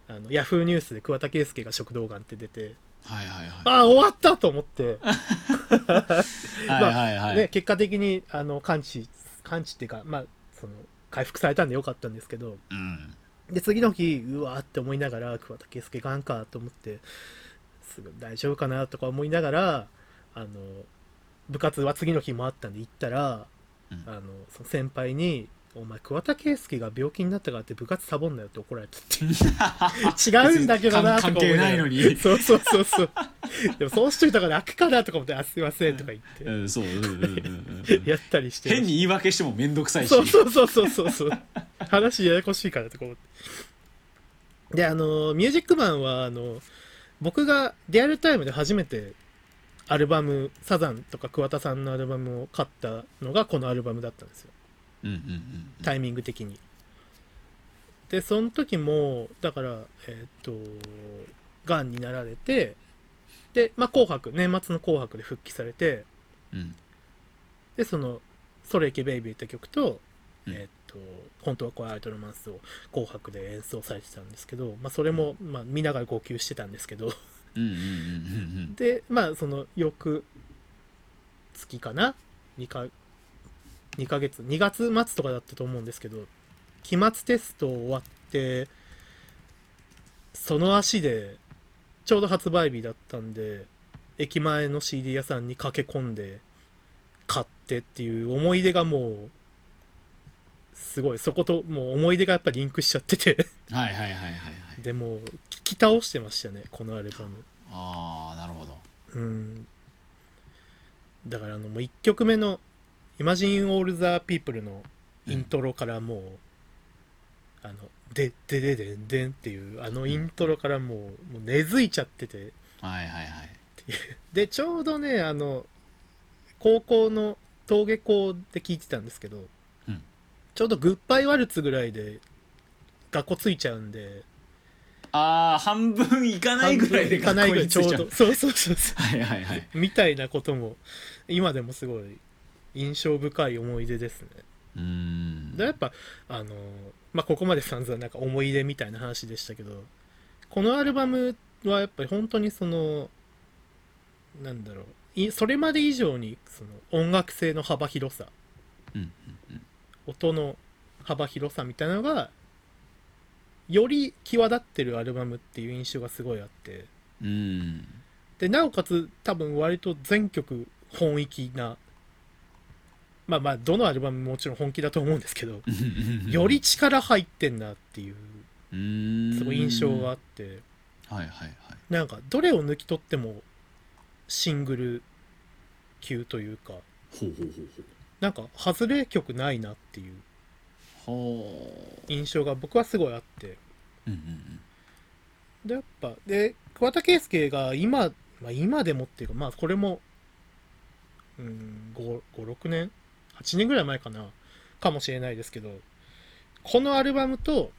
B: あのヤフーニュースで桑田佳祐が食道がんって出て
A: はいはいは
B: ああ終わったと思って、
A: いはいはいはい、
B: ね、結果的にあの完治完治っていうか、まあ、その回復されたんでよかったんですけど
A: うん
B: で次の日うわーって思いながら桑田佳祐がんかと思ってすぐ大丈夫かなとか思いながらあの部活は次の日もあったんで行ったら
A: うん
B: あのその先輩に「お前桑田佳祐が病気になったからって部活サボ んなよ」って怒られたっていう違うんだけどなとか
A: 関
B: 思
A: 係
B: いが
A: な
B: ら
A: いのに
B: そうそうそうそうでもそうしといたから楽かなとか思って「あすいません」とか言
A: う
B: っ
A: ん、そう、うんうんうん
B: てやったりしてま
A: 変
B: し
A: に言い訳しても面倒くさい
B: た
A: し
B: そうそうそうそうそうそう話ややこしいからとか思ってであのミュージックマンはあの僕がリアルタイムで初めてアルバムサザンとか桑田さんのアルバムを買ったのがこのアルバムだったんですよ
A: うんうんうん
B: タイミング的に。でその時もだからえーっとがんになられてで、まあ、紅白年末の「紅白」で復帰されて
A: うん
B: でその「それいけベイビー」って曲と「
A: うん
B: えーっと本当はこうアイドルマンス」を「紅白」で演奏されてたんですけど、まあ、それも、まあ、見ながら号泣してたんですけど
A: うんうんうん
B: でまあその翌月かな2か2ヶ月2月末とかだったと思うんですけど期末テスト終わってその足でちょうど発売日だったんで駅前の CD 屋さんに駆け込んで買ってっていう思い出がもうすごいそこともう思い出がやっぱリンクしちゃってて
A: うんはいはいはいはいはい
B: でもう聞き倒してましたねこのアルバム。
A: ああなるほど
B: うんだからあのもう1曲目の「Imagine All the People」のイントロからもう、あの「ででででんでん」っていうあのイントロからもう,、もう根付いちゃってて
A: はいはいはい
B: でちょうどねあの高校の登下校で聞いてたんですけど、
A: うん
B: ちょうど「グッバイワルツ」ぐらいで学校ついちゃうんで
A: ああ半分いかないぐらいで
B: 半分いかないぐらいちょう
A: 学校
B: ど
A: に着い
B: そうそうそうそう
A: ちゃうはいはいはい
B: みたいなことも今でもすごい印象深い思い出ですね。
A: うーん
B: でやっぱあのまあここまで散々なんか思い出みたいな話でしたけどこのアルバムはやっぱり本当にそのなんだろういそれまで以上にその音楽性の幅広さ
A: うん
B: 音の幅広さみたいなのがより際立ってるアルバムっていう印象がすごいあって
A: うんうん
B: でなおかつ多分割と全曲本域なまあまあどのアルバムももちろん本気だと思うんですけどより力入ってんなっていう
A: うーん
B: すごい印象があって
A: はいはいはい
B: なんかどれを抜き取ってもシングル級というか
A: ほうほうほうほう
B: なんか外れ曲ないなっていう
A: ほ
B: 印象が僕はすごいあって
A: ううんうん
B: でやっぱで桑田佳祐が今、まあ、今でもっていうかまあこれもうん56年8年ぐらい前かなかもしれないですけどこのアルバムと,、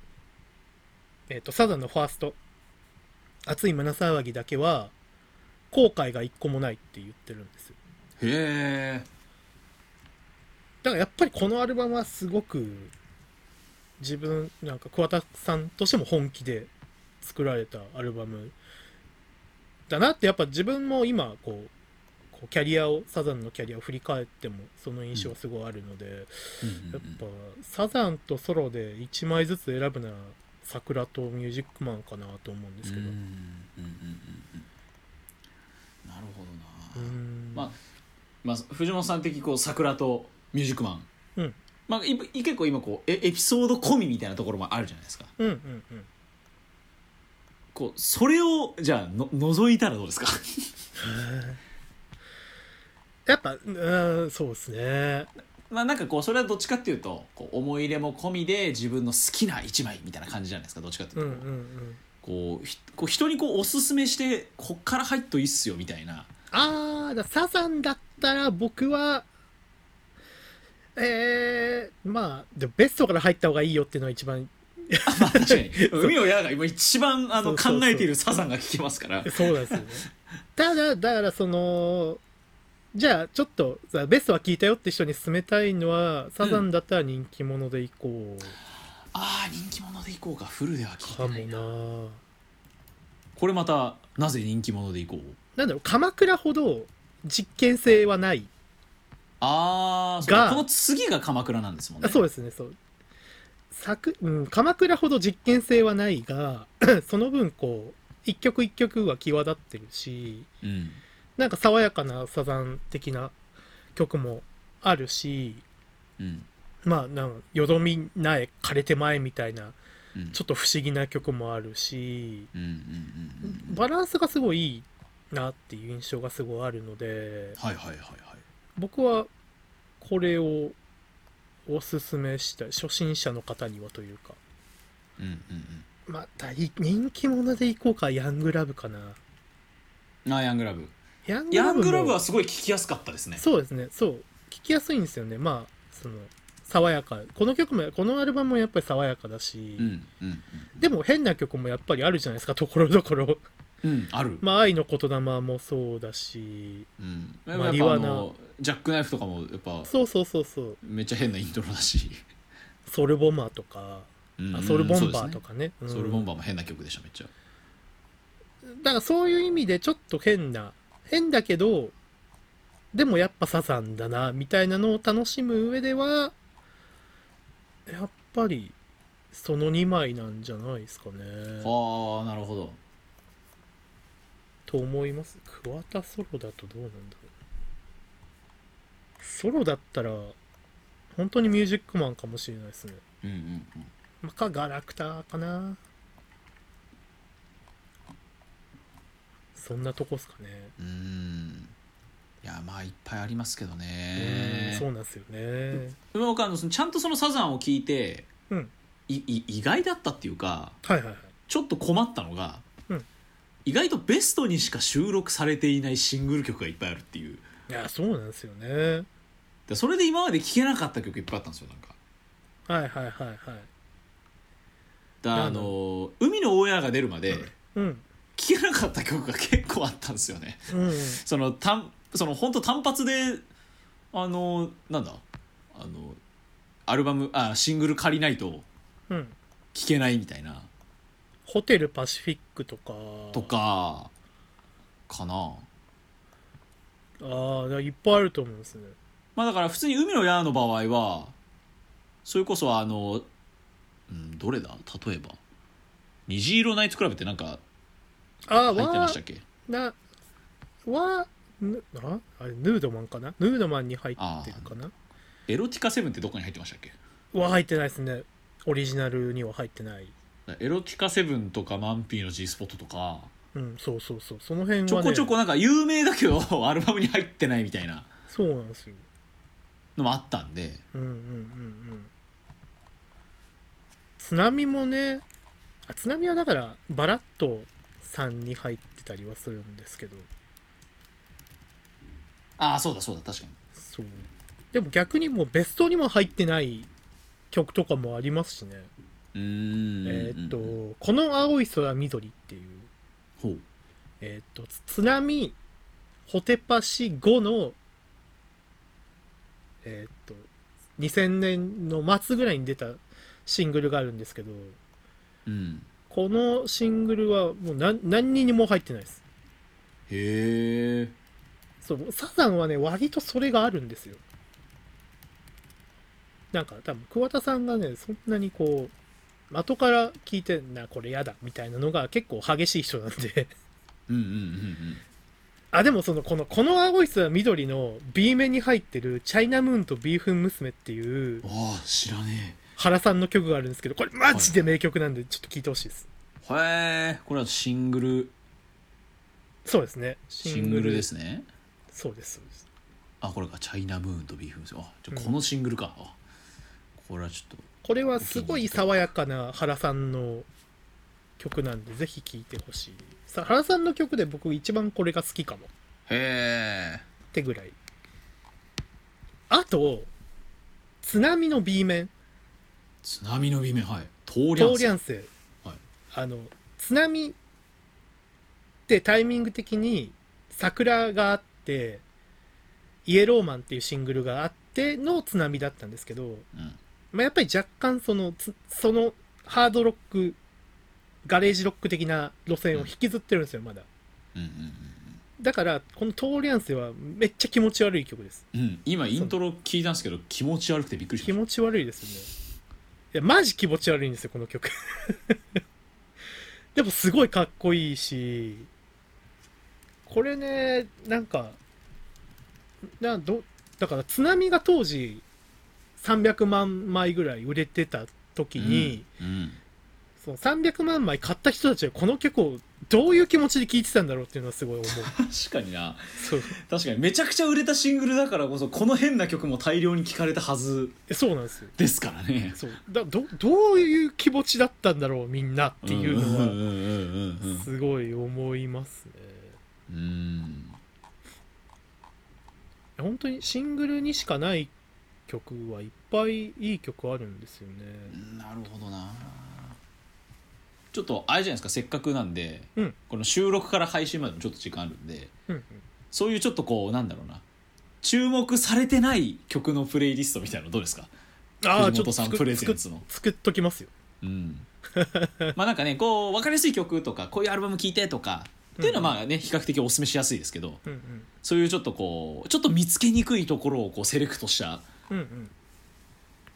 B: えっとサザンのファースト「熱い胸騒ぎ」だけは後悔が一個もないって言ってるんですよ
A: うんへえ
B: だからやっぱりこのアルバムはすごく自分なんか桑田さんとしても本気で作られたアルバムだなってやっぱ自分も今こうこうキャリアをサザンのキャリアを振り返ってもその印象はすごいあるので、やっぱサザンとソロで1枚ずつ選ぶなら桜とミュージックマンかなと思うんですけど
A: うんうんうんうんうんなるほどな、
B: うん
A: まあまあ、藤本さん的こう桜とミュージックマン、
B: うん
A: まあ、いい結構今こうえエピソード込みみたいなところもあるじゃないですか
B: うんうんうん
A: こうそれをじゃあの覗いたらどうですか
B: やっぱうんそうですね
A: まあなんかこうそれはどっちかっていうとこう思い入れも込みで自分の好きな一枚みたいな感じじゃないですかどっちかっていううんと、
B: うんうん
A: こうひこう人にこうおすすめしてこっから入っといいっすよみたいな
B: あーだサザンだったら僕はえー、まあでもベストから入った方がいいよっていうのが一番
A: まあ確 かに海をやらが今一番あの
B: そうそうそう
A: 考えているサザンが聞けますから
B: そうなんですよねただだからそのじゃあちょっとさベストは聞いたよって人に勧めたいのはサザンだったら人気者でいこう
A: ああ人気者でいこうかフルでは聞い
B: か
A: て
B: も
A: ないな
B: な
A: これまたなぜ人気者でいこう
B: なんだろう鎌倉ほど実験性はない
A: ああそうか
B: が
A: この次が鎌倉なんですもんね
B: あそうですねそう作、うん、鎌倉ほど実験性はないが その分こう一曲一曲は際立ってるし
A: うん
B: なんか爽やかなサザン的な曲もあるし
A: うん
B: まあなんかよどみない枯れて前みたいな
A: うん
B: ちょっと不思議な曲もあるし
A: うんうんうんうん
B: バランスがすごいいいなっていう印象がすごいあるので
A: はいはいはいはい
B: 僕はこれをおすすめしたい初心者の方にはというか
A: うんうん
B: まあ大人気者でいこうかヤングラブかな
A: うんあヤングラブ
B: ヤング
A: ヤ
B: ラ
A: ン
B: ブも
A: グラブはすごい聞きやすかったですね
B: そうですねそう聞きやすいんですよねまあその爽やかこの曲もこのアルバムもやっぱり爽やかだし、
A: うんうん
B: でも変な曲もやっぱりあるじゃないですかところどころ
A: うんうんある、
B: まあ愛の言霊もそうだし
A: うん、やっぱ
B: マ
A: あ
B: リワナ
A: のジャックナイフとかもやっぱ
B: そうそうそうそう
A: めっちゃ変なイントロだし、
B: ソルボマーとか、
A: うん
B: あソルボンバ
A: そう
B: ー
A: です
B: と
A: ね
B: かねうん
A: ソウルボンバーも変な曲でしためっちゃ
B: だからそういう意味でちょっと変な変だけどでもやっぱサザンだなみたいなのを楽しむ上ではやっぱりその2枚なんじゃないですかね。
A: ああなるほど
B: と思います。桑田ソロだとどうなんだろう。ソロだったら本当にミュージックマンかもしれないですね。
A: うんうんうん
B: まあかガラクタかな。そんなとこっすかね。
A: うーんいやまあいっぱいありますけど
B: う
A: ね
B: んそうなんですよね。
A: でも僕あのそのちゃんとそのサザンを聞いて、
B: うん
A: いい意外だったっていうか
B: はいはいはい。
A: ちょっと困ったのが、
B: うん
A: 意外とベストにしか収録されていないシングル曲がいっぱいあるっていう
B: いや、そうなんですよね。
A: でそれで今まで聴けなかった曲いっぱいあったんですよなんか
B: はいはいはいはい。
A: だあ
B: なんだ
A: の海のオンエアが出るまで
B: うん。
A: 聴けなかった曲が結構あったんですよね
B: うん。
A: そのたんその本当単発であのなんだあのアルバムあシングル借りないと
B: うん。
A: 聴けないみたいな
B: ホテルパシフィックとか。
A: と。かかな
B: ああ、だからいっぱいあると思うんですね。
A: まあだから普通に海の矢の場合はそれこそあの、うん、どれだ例えば「虹色ナイツクラブ」ってなんか
B: ああ、
A: 入ってま
B: わ
A: したっけ
B: な、わぬああれ、ヌードマンかなヌードマンに入ってるかな
A: エロティカセブンってどこに入ってましたっけ
B: わ入ってないですね。オリジナルには入ってない。
A: エロティカセブンとかマンピーの G スポットとか
B: うん、そうそうそう。その辺は、ね。
A: ちょこちょこ。なんか有名だけど アルバムに入ってないみたいな
B: そうなんですよ。
A: のもあったんで
B: うんうんうんうん津波もねあ津波はだからバラッと3に入ってたりはするんですけど
A: ああそうだそうだ確かに
B: そうでも逆にもうベストにも入ってない曲とかもありますしね、
A: うーん
B: えーっと「この青い空緑」っていう
A: ほう
B: えーっと津波ホテパシ5のえーっと2000年の末ぐらいに出たシングルがあるんですけど
A: うん
B: このシングルはもう何何人にも入ってないです
A: へえ
B: そうサザンはね割とそれがあるんですよなんか多分桑田さんがねそんなにこう後から聞いてなこれやだみたいなのが結構激しい人なんで
A: うんうんうんうん
B: あでもそのこの「この青い空緑」の B 面に入ってる「チャイナムーンとビーフン娘」っていう
A: ああ知らね
B: 原さんの曲があるんですけどこれマジで名曲なんでちょっと聞いてほしいです
A: えへえこれはシングル
B: そうですね
A: シングルですすね
B: そうですそうです
A: あこれかチャイナムーンとビーフンですあじゃあ
B: うん
A: このシングルか、あこれはちょっと
B: これはすごい爽やかな原さんの曲なんでぜひ聴いてほしいさ原さんの曲で僕一番これが好きかもっ
A: へえ
B: てぐらいあと「津波の B 面
A: 津波の微妙はい通」
B: 「
A: りゃん
B: 通
A: す
B: りゃんせ」
A: はい
B: あの津波ってタイミング的に桜があってイエローマンっていうシングルがあっての津波だったんですけど、
A: うん
B: まあ、やっぱり若干そのつそのハードロックガレージロック的な路線を引きずってるんですよまだ
A: うん
B: だからこの「通りアンセ」はめっちゃ気持ち悪い曲です
A: うんうんうん今イントロ聞いたんですけど気持ち悪くてびっくりし
B: 気
A: まし
B: 持ち悪いですよねいやマジ気持ち悪いんですよこの曲 でもすごいかっこいいしこれねなんかなどだから津波が当時300万枚ぐらい売れてた時
A: た
B: に、
A: うん、うん
B: そう300万枚買った人たちはこの曲をどういう気持ちで聴いてたんだろうっていうのは すごい思う
A: 確かにな
B: そう
A: 確かにめちゃくちゃ売れたシングルだからこそこの変な曲も大量に聴かれたはず
B: えそうなんですよ
A: ですからね
B: そうだどどういう気持ちだったんだろうみんなっていうの
A: うんう
B: は
A: んうんうん
B: すごい思いますね
A: うんうん
B: 本当にシングルにしかない曲はいっぱいいい曲あるんですよね
A: なるほどなちょっとあれじゃないですかせっかくなんで、
B: うん
A: この収録から配信までもちょっと時間あるんで
B: うんうん
A: そういうちょっとこうなんだろうな注目されてない曲のプレイリストみたいなのどうですか、
B: ああち
A: 藤
B: ょっと
A: 本さん
B: 作
A: プレ
B: っ
A: ゼン
B: 作
A: ツの
B: っ作っときますよ
A: うん、まあなんかねこう分かりやすい曲とかこういうアルバム聴いてとかっていうのはまあね比較的おすすめしやすいですけど
B: うんうん
A: そういうちょっとこうちょっと見つけにくいところをこうセレクトした
B: うんうん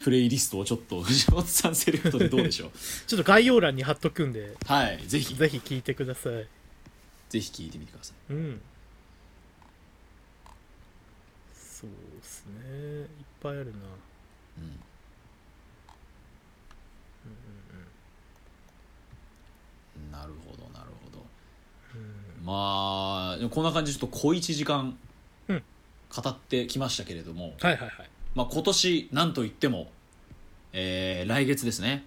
A: プレイリストをちょっと藤本さんセレクトでどうでしょう
B: ちょっと概要欄に貼っとくんで
A: はいぜひ
B: ぜひ聴いてください
A: ぜひ聴いてみてください
B: うんそうですねいっぱいある
A: う
B: な
A: んなるほどなるほどまあでもこんな感じでちょっと小1時間
B: うん
A: 語ってきましたけれども、
B: はいはいはい
A: まあ、今年なんといっても、えー来月ですね、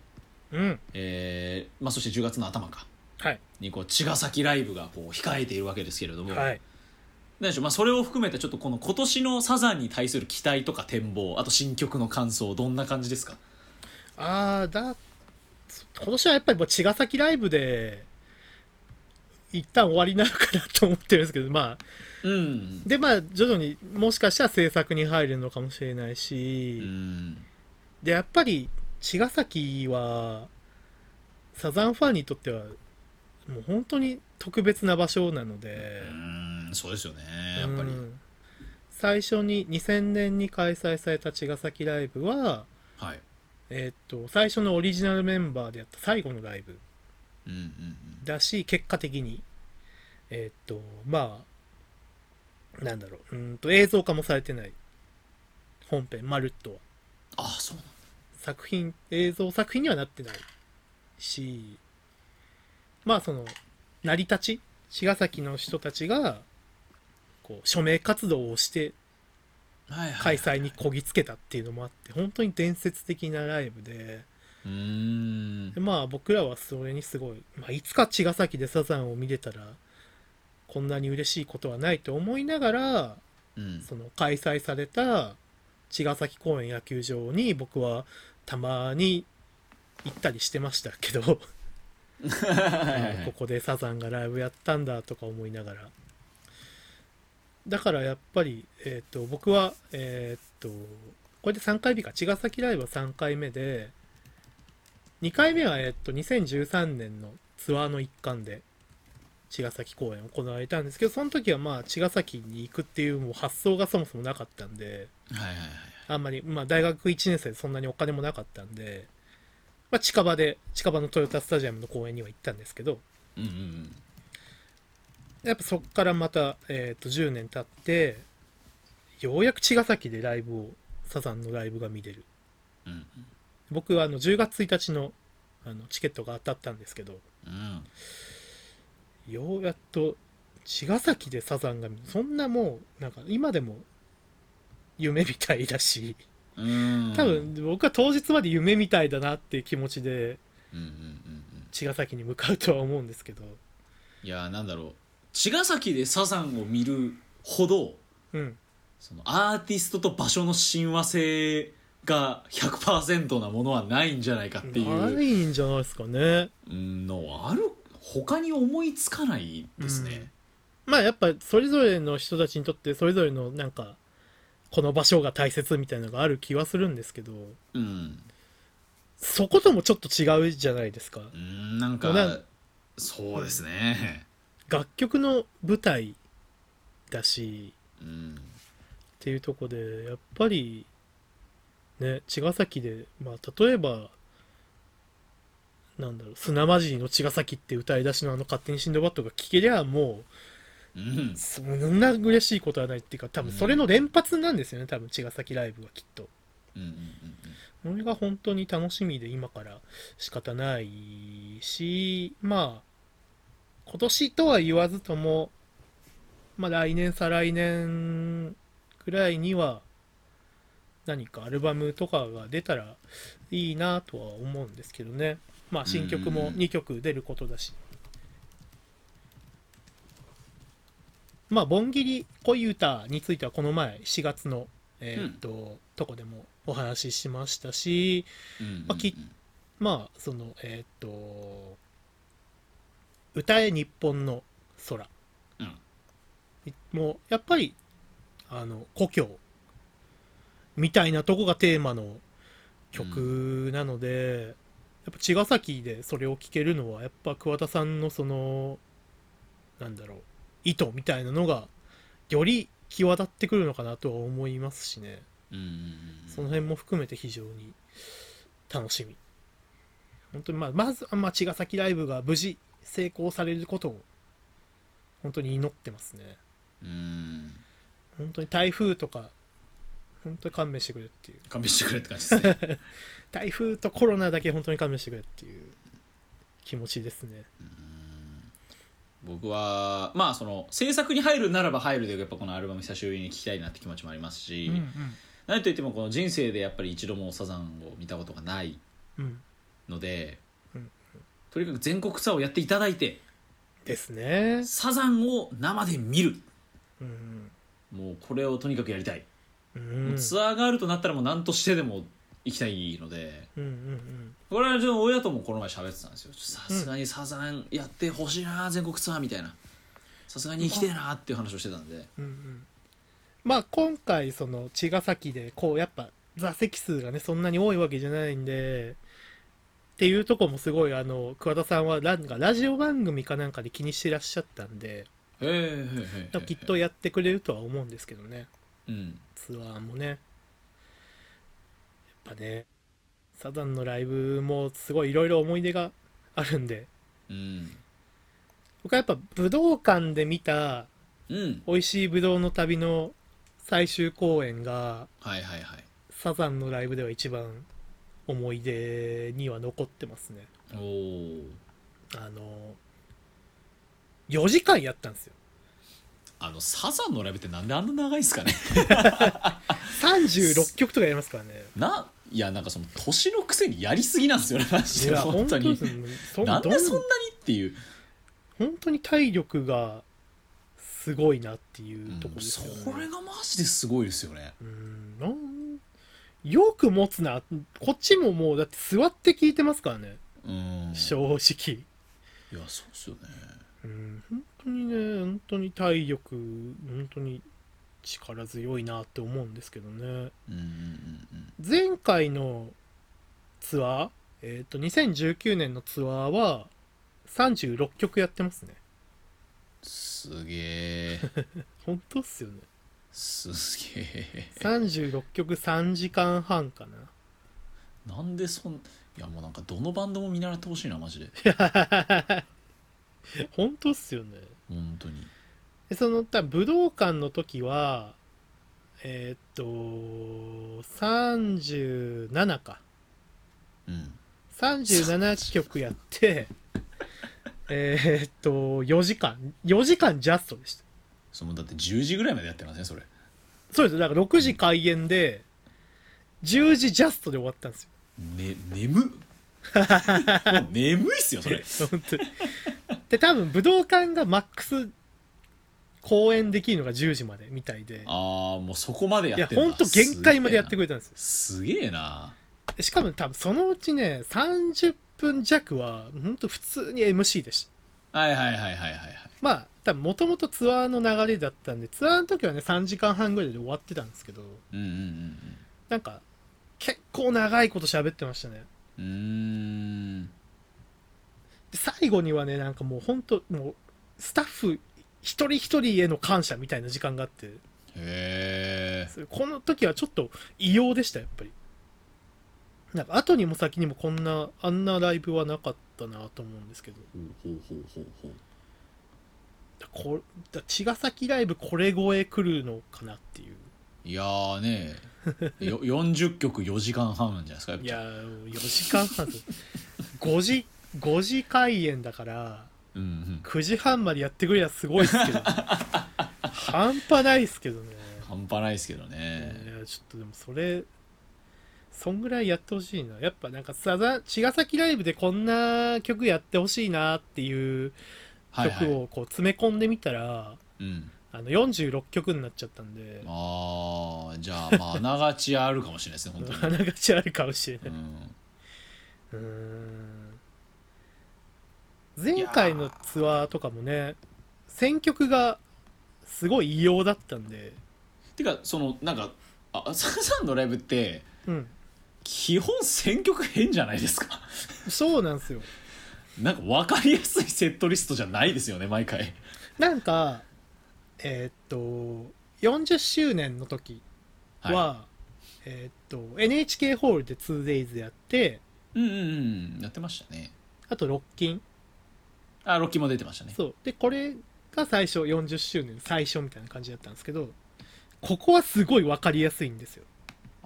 B: うん
A: えーまあ、そして10月の頭か
B: はい
A: にこう茅ヶ崎ライブがこう控えているわけですけれども、
B: はい
A: 何でしょうまあ、それを含めてちょっとこの今年のサザンに対する期待とか展望あと新曲の感想どんな感じですか
B: ああだ今年はやっぱりもう茅ヶ崎ライブで一旦終わりなのかなと思ってるんですけどまあ
A: うん
B: でまあ徐々にもしかしたら制作に入るのかもしれないうし、
A: ん
B: でやっぱり茅ヶ崎はサザンファンにとってはもう本当に特別な場所なので
A: う、んそうですよねやっぱり
B: うん最初に2000年に開催された茅ヶ崎ライブは
A: はい
B: えーっと最初のオリジナルメンバーでやった最後のライブ
A: うんうん
B: だし結果的にえーっとまあなんだろううーんと映像化もされてない本編まるっとは
A: ああそう
B: 作品映像作品にはなってないしまあその成り立ち茅ヶ崎の人たちがこう署名活動をして
A: なんはいはいはい
B: 開催にこぎつけたっていうのもあって本当に伝説的なライブで
A: うーん
B: でまあ僕らはそれにすごい、まあ、いつか茅ヶ崎でサザンを見れたらこんなに嬉しいことはないと思いながら
A: うん
B: その開催された茅ヶ崎公園野球場に僕はたまに行ったりしてましたけどあここでサザンがライブやったんだとか思いながらだからやっぱり、えー、と僕は、えー、とこれで3回目か茅ヶ崎ライブは3回目で2回目は、えー、と2013年のツアーの一環で茅ヶ崎公演行われたんですけどその時はまあ茅ヶ崎に行くっていうもう発想がそもそもなかったんで
A: はいはいはい
B: あんまり、まあ、大学1年生でそんなにお金もなかったんで、まあ、近場で近場のトヨタスタジアムの公園には行ったんですけど
A: うんうんうん
B: やっぱそっからまた、えー、と10年経ってようやく茅ヶ崎でライブをサザンのライブが見れる
A: うん
B: 僕はあの10月1日のあのチケットが当たったんですけど
A: うん
B: ようやっと茅ヶ崎でサザンが見そんなもうなんか今でも夢みたいだし
A: うん
B: 多分僕は当日まで夢みたいだなっていう気持ちで
A: うんうんうんうん
B: 茅ヶ崎に向かうとは思うんですけど
A: いやーなんだろう茅ヶ崎でサザンを見るほど
B: うん
A: そのアーティストと場所の親和性が100%なものはないんじゃないかってい
B: な
A: う
B: いんじゃないですかね
A: うんのある他に思いつかないですね、
B: まあやっぱそれぞれの人たちにとってそれぞれのなんかこの場所が大切みたいなのがある気はするんですけど
A: うん、
B: そこともちょっと違うじゃないですか
A: うん、なん
B: もうな
A: かそうですね
B: 楽曲の舞台だし
A: うん
B: っていうとこでやっぱりね茅ヶ崎でまあ例えばなんだろう砂混じりの茅ヶ崎って歌い出しのあの勝手にシンドバッドが聴けりゃも
A: うん
B: うそんな嬉しいことはないっていうか多分それの連発なんですよね多分茅ヶ崎ライブはきっと
A: うんうんうん
B: これが本当に楽しみで今から仕方ないし、まあ、今年とは言わずとも、まあ来年再来年くらいには何かアルバムとかが出たらいいなとは思うんですけどね。まあ新曲も
A: うん
B: 2曲出ることだし。まあ、ボンギリ恋歌についてはこの前4月の、えーっと、とこでもお話ししましたし、
A: うんうんうん
B: まあきまあ、その、えーっと、歌え日本の空
A: うん
B: もう、やっぱり、あの、故郷みたいなとこがテーマの曲なので、やっぱ茅ヶ崎でそれを聴けるのは、やっぱ桑田さんのその、なんだろう、意図みたいなのが、より際立ってくるのかなとは思いますしね。
A: うんうんうん
B: その辺も含めて非常に楽しみ。本当にまあ、まず、まあ、茅ヶ崎ライブが無事成功されることを、本当に祈ってますね。
A: うん
B: 本当に台風とか、本当に勘弁してくれっていう。
A: 勘弁してくれって感じですね
B: 台風とコロナだけ本当に勘弁してくれっていう気持ちですね。
A: 僕はまあその制作に入るならば入るでやっぱこのアルバム久しぶりに聴きたいなって気持ちもありますし、何といってもこの人生でやっぱり一度もサザンを見たことがない
B: うん。うん。
A: ので、
B: うん
A: とにかく全国ツアーをやっていただいて
B: ですね。
A: サザンを生で見る
B: うん。
A: もうこれをとにかくやりたい、
B: うん。
A: もうツアーがあるとなったらもう何としてでも行きたいので
B: うんうんうん。
A: これはちょっと親ともこの前喋ってたんですよさすがにサザンやってほしいな全国ツアーみたいなさすがに行きてえなっていう話をしてたんで
B: うんうんまあ今回その茅ヶ崎でこうやっぱ座席数がねそんなに多いわけじゃないんでっていうとこもすごいあの桑田さんはラなんかラジオ番組かなんかで気にしてらっしゃったんで
A: へえへえへえへえ
B: きっとやってくれるとは思うんですけどね
A: うん
B: ツアーもねやっぱねサザンのライブもすごいいろいろ思い出があるんで
A: うん
B: 僕はやっぱ武道館で見た
A: うん
B: 美味しいぶどうの旅の最終公演が
A: はいはいはい
B: サザンのライブでは一番思い出には残ってますね
A: おお
B: あの4時間やったんですよ
A: あのサザンのライブってなんであんな長いんですかね
B: 36曲とかやりますからね
A: ないやなんかその年のくせにやりすぎなんですよねマジで本当に
B: ですねそ
A: なんでそんな
B: ど
A: にっていう、
B: 本当に体力がすごいなっていうと
A: うん
B: こです
A: そ
B: よね、
A: れがマジですごいですよね
B: うんなんよく持つなこっちももうだって座って聞いてますからね
A: うん
B: 正
A: い
B: 直
A: やそうっすよね
B: うん本当にね本当に体力本当に力強いなって思うんですけどね
A: うんうん
B: 前回のツアーえっ、と2019年のツアーは36曲やってますね
A: すげえ
B: 本当っすよね
A: すげえ
B: 36曲3時間半かな
A: なんでそんいやもうなんかどのバンドも見習ってほしいなマジで
B: 本当っすよね
A: 本当に
B: でその多分武道館の時はえっ、と37か
A: うん
B: 37曲やって、えーっと、4時間、4時間ジャストでした。
A: そのだって10時ぐらいまでやってますねそれ
B: そうです。だから6時開演で、10時ジャストで終わったんです
A: ね 眠っもう眠いっすよそれ
B: よ。本当に。で、多分武道館がマックス公演できるのが10時までみたいで、
A: ああもうそこまで
B: い
A: や
B: や、
A: ってんだ
B: 本当限界までやってくれたんですよ。
A: すげえな
B: でしかも多分そのうちね、30分弱は、本当普通に MC でした。
A: はいはいはいはいはいはい
B: まあ多分もともとツアーの流れだったんでツアーの時はね3時間半ぐらいで終わってたんですけど
A: うんうん
B: なんか結構長いこと喋ってましたね
A: うんうんうーん
B: で最後にはねなんかもうほんともうスタッフ一人一人への感謝みたいな時間があって
A: へえ
B: それこの時はちょっと異様でしたやっぱりなんか後にも先にもこんなあんなライブはなかったなと思うんですけど
A: ほうほうほうほうほう
B: こだ茅ヶ崎ライブこれ超え来るのかなっていう
A: いやーねよ 40曲4時間半なんじゃないですかやっぱ
B: いや4時間半5時5時開演だから
A: うんうん、
B: 9時半までやってくれりゃすごいっすけど半端ないっすけどね
A: 半端ないですけどね、
B: いやちょっとでもそれそんぐらいやってほしいなやっぱなんかさざ茅ヶ崎ライブでこんな曲やってほしいなっていう
A: はいはい、
B: 曲をこう詰め込んでみたら、
A: うん、
B: あの46曲になっちゃったんで
A: ああじゃあまああ ながちあるかもしれないですね本当に、
B: 鼻がちあるかもしれな
A: う
B: い
A: ん、
B: うーん前回のツアーとかもね選曲がすごい異様だったんで
A: てかそのなんかあ浅香さんのライブって
B: うん
A: 基本選曲変じゃないですか
B: そうなんですよ
A: なんか分かりやすいセットリストじゃないですよね毎回
B: なんかえーっと40周年の時は、えーっと NHK ホールで 2days やって
A: うんうんうんやってましたね
B: あとロッキン
A: あロッキーも出てましたね
B: そうでこれが最初40周年最初みたいな感じだったんですけどここはすごい分かりやすいんですよ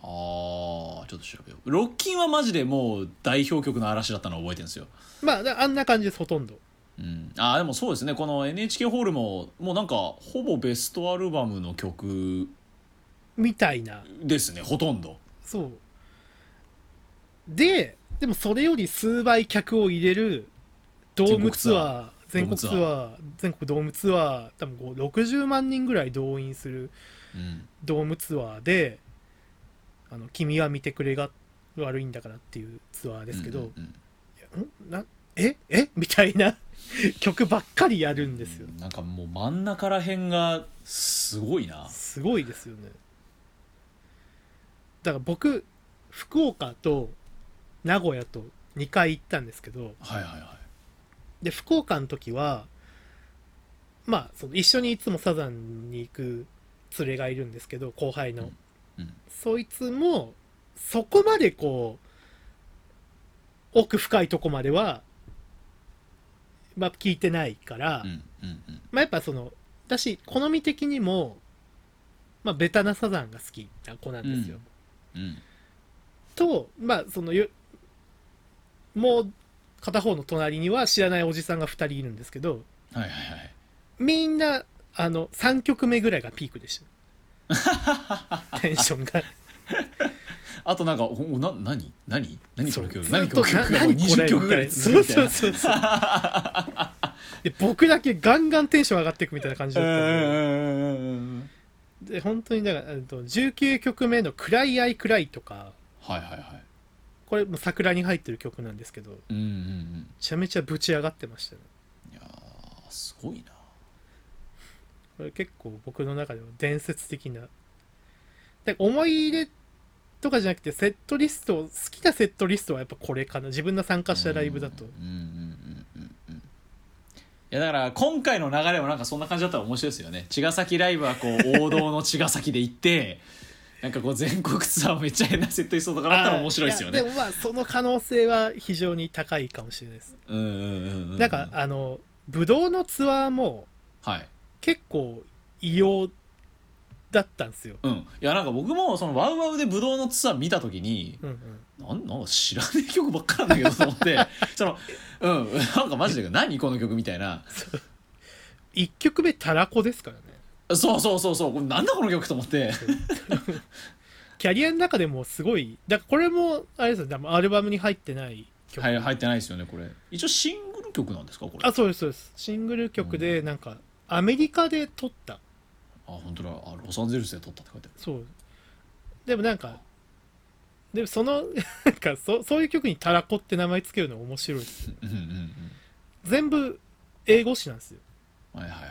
A: ああちょっと調べようロッキンはマジでもう代表曲の嵐だったのを覚えてるんですよ、
B: まあだあんな感じですほとんど
A: うん、ああでもそうですねこの NHK ホールももうなんかほぼベストアルバムの曲
B: みたいな
A: ですねほとんど
B: そうででもそれより数倍客を入れるドームツアー全
A: 全
B: 国
A: 国
B: ツ
A: ツ
B: ア
A: ア
B: ー
A: ー
B: 全国ドームツアー多分こう60万人ぐらい動員する
A: うん
B: ドームツアーで「あの君は見てくれが悪いんだから」っていうツアーですけど、
A: うんうんうん
B: んなええみたいな曲ばっかりやるんですよ
A: なんかもう真ん中らへんがすごいな
B: すごいですよねだから僕福岡と名古屋と2回行ったんですけど
A: はいはいは
B: で福岡の時はまあその一緒にいつもサザンに行く連れがいるんですけど後輩の、
A: うんうん
B: そいつもそこまでこう奥深いとこまでは、まあ、聞いてないから、
A: いうんうんうん
B: まあ、やっぱその私好み的にも、まあ、ベタなサザンが好きな子なんですよ、
A: うんうん
B: とまあそのよもう片方の隣には知らないおじさんが2人いるんですけど
A: はいはいはい
B: みんなあの3曲目ぐらいがピークでし たテンションが
A: あとなんかおおな何何何この曲
B: ず
A: 何
B: っ
A: この
B: と
A: 曲が
B: な
A: もう
B: 何これ
A: 20曲ぐらい
B: そう
A: 続くみたい
B: そう
A: な
B: そうそうで僕だけガンガンテンション上がっていくみたいな感じだったんで、
A: うん
B: で本当にだからえっと19曲目の「暗い愛暗い」とか
A: はいはいはい
B: これもう桜に入ってる曲なんですけどめ
A: うんうんうん
B: ちゃめちゃぶち上がってましたね
A: いやーすごいな
B: これ結構僕の中では伝説的なで思い入れとかじゃなくてセットリスト好きなセットリストはやっぱこれかな自分の参加したライブだと
A: うんうんうんうんうんいやだから今回の流れもなんかそんな感じだったら面白いですよね茅ヶ崎ライブはこう王道の茅ヶ崎で行ってなんかこう全国ツアーをめっちゃ変なセットリストとかだったら面白いですよ
B: あー
A: ね
B: やでもまあその可能性は非常に高いかもしれないです
A: うんうんうんう
B: なんかあのブドウのツアーも
A: はい
B: 結構異様だったんですよ
A: うんいやなんか僕もそのワウワウでブドウのツアー見た時に
B: うんうん
A: なんなんか知らねえ曲ばっかなんだけどと思ってそのうんなんかマジで何この曲みたいな
B: 1曲目たらこですからね
A: そうそうそうそうこれなんだこの曲と思って
B: キャリアの中でもすごいだからこれもあれですよでもアルバムに入ってない曲、
A: はい入ってないですよねこれ一応シングル曲なんですかこれ
B: あそうですそうですシングル曲でなんかアメリカで撮った
A: あ本当だあロサンゼルスで撮ったって書いてあ
B: そうでもなんかでもその なんかそそういう曲に「たらこ」って名前つけるの面白いです
A: るうんうん
B: 全部英語詞なんですよ
A: うんはいはいはい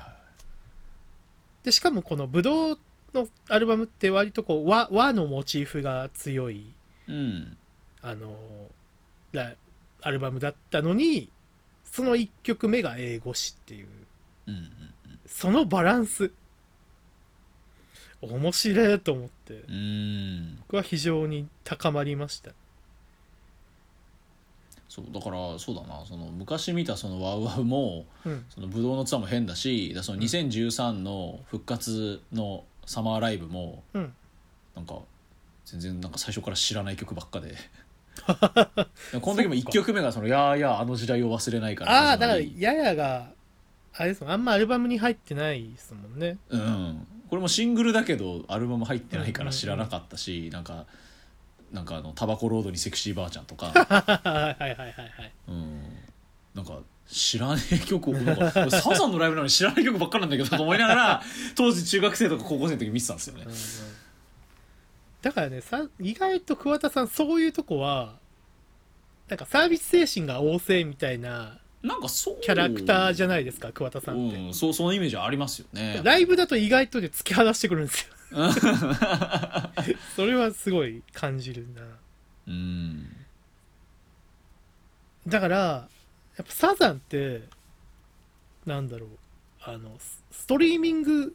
B: でしかもこのブドウのアルバムって割とこう和和のモチーフが強い
A: うん
B: あのラアルバムだったのにその1曲目が英語詞っていう
A: うんうん
B: そのバランス面白いと思って
A: うーん
B: 僕は非常に高まりました
A: そうだからそうだなその昔見たそのワウワウも
B: うん
A: そのブドウのツアーも変だしだからその2013の復活のサマーライブも
B: うん
A: なんか全然なんか最初から知らない曲ばっか でこの時も1曲目がその「やーやーあの時代を忘れないから」
B: ああだからややがあれですもんあんまアルバムに入ってないですもんね
A: うん、これもシングルだけどアルバム入ってないから知らなかったし、なんかなんかあの「タバコロードにセクシーばあちゃん」と か、
B: はいはいはいはい
A: うん、なんか知らねえ曲をなんか俺サザンのライブなのに知らない曲ばっかなんだけどと思いなが ら当時中学生とか高校生の時見てたんですよね。
B: だからねさ意外と桑田さんそういうとこはなんかサービス精神が旺盛みたいな
A: なんかそう
B: キャラクターじゃ
A: な
B: ないですか桑田さんって、
A: うん、そうそのイメージありますよね。
B: ライブだと意外とで突き放してくるんですよそれはすごい感じるな
A: うん
B: だからやっぱサザンってなんだろうあのスストリーミング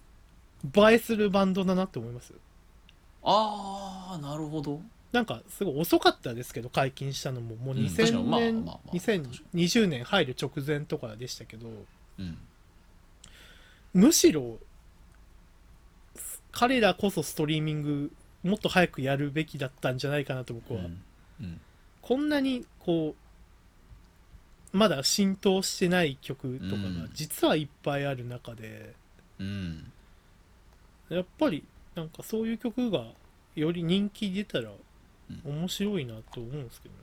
B: 映えするバンドだなって思います
A: ああなるほど。
B: なんかすごい遅かったですけど解禁したのももう
A: うん確かに
B: 2000
A: まあ
B: 年、
A: まあまあ
B: 2020年入る直前とかでしたけど
A: うん、
B: むしろす彼らこそストリーミングもっと早くやるべきだったんじゃないかなと僕
A: う
B: は、
A: んうん
B: こんなにこうまだ浸透してない曲とか
A: う
B: が
A: ん
B: 実はいっぱいある中で、
A: うん
B: やっぱりなんかそういう曲がより人気出たら
A: う
B: 面白いなと思うんですけどね。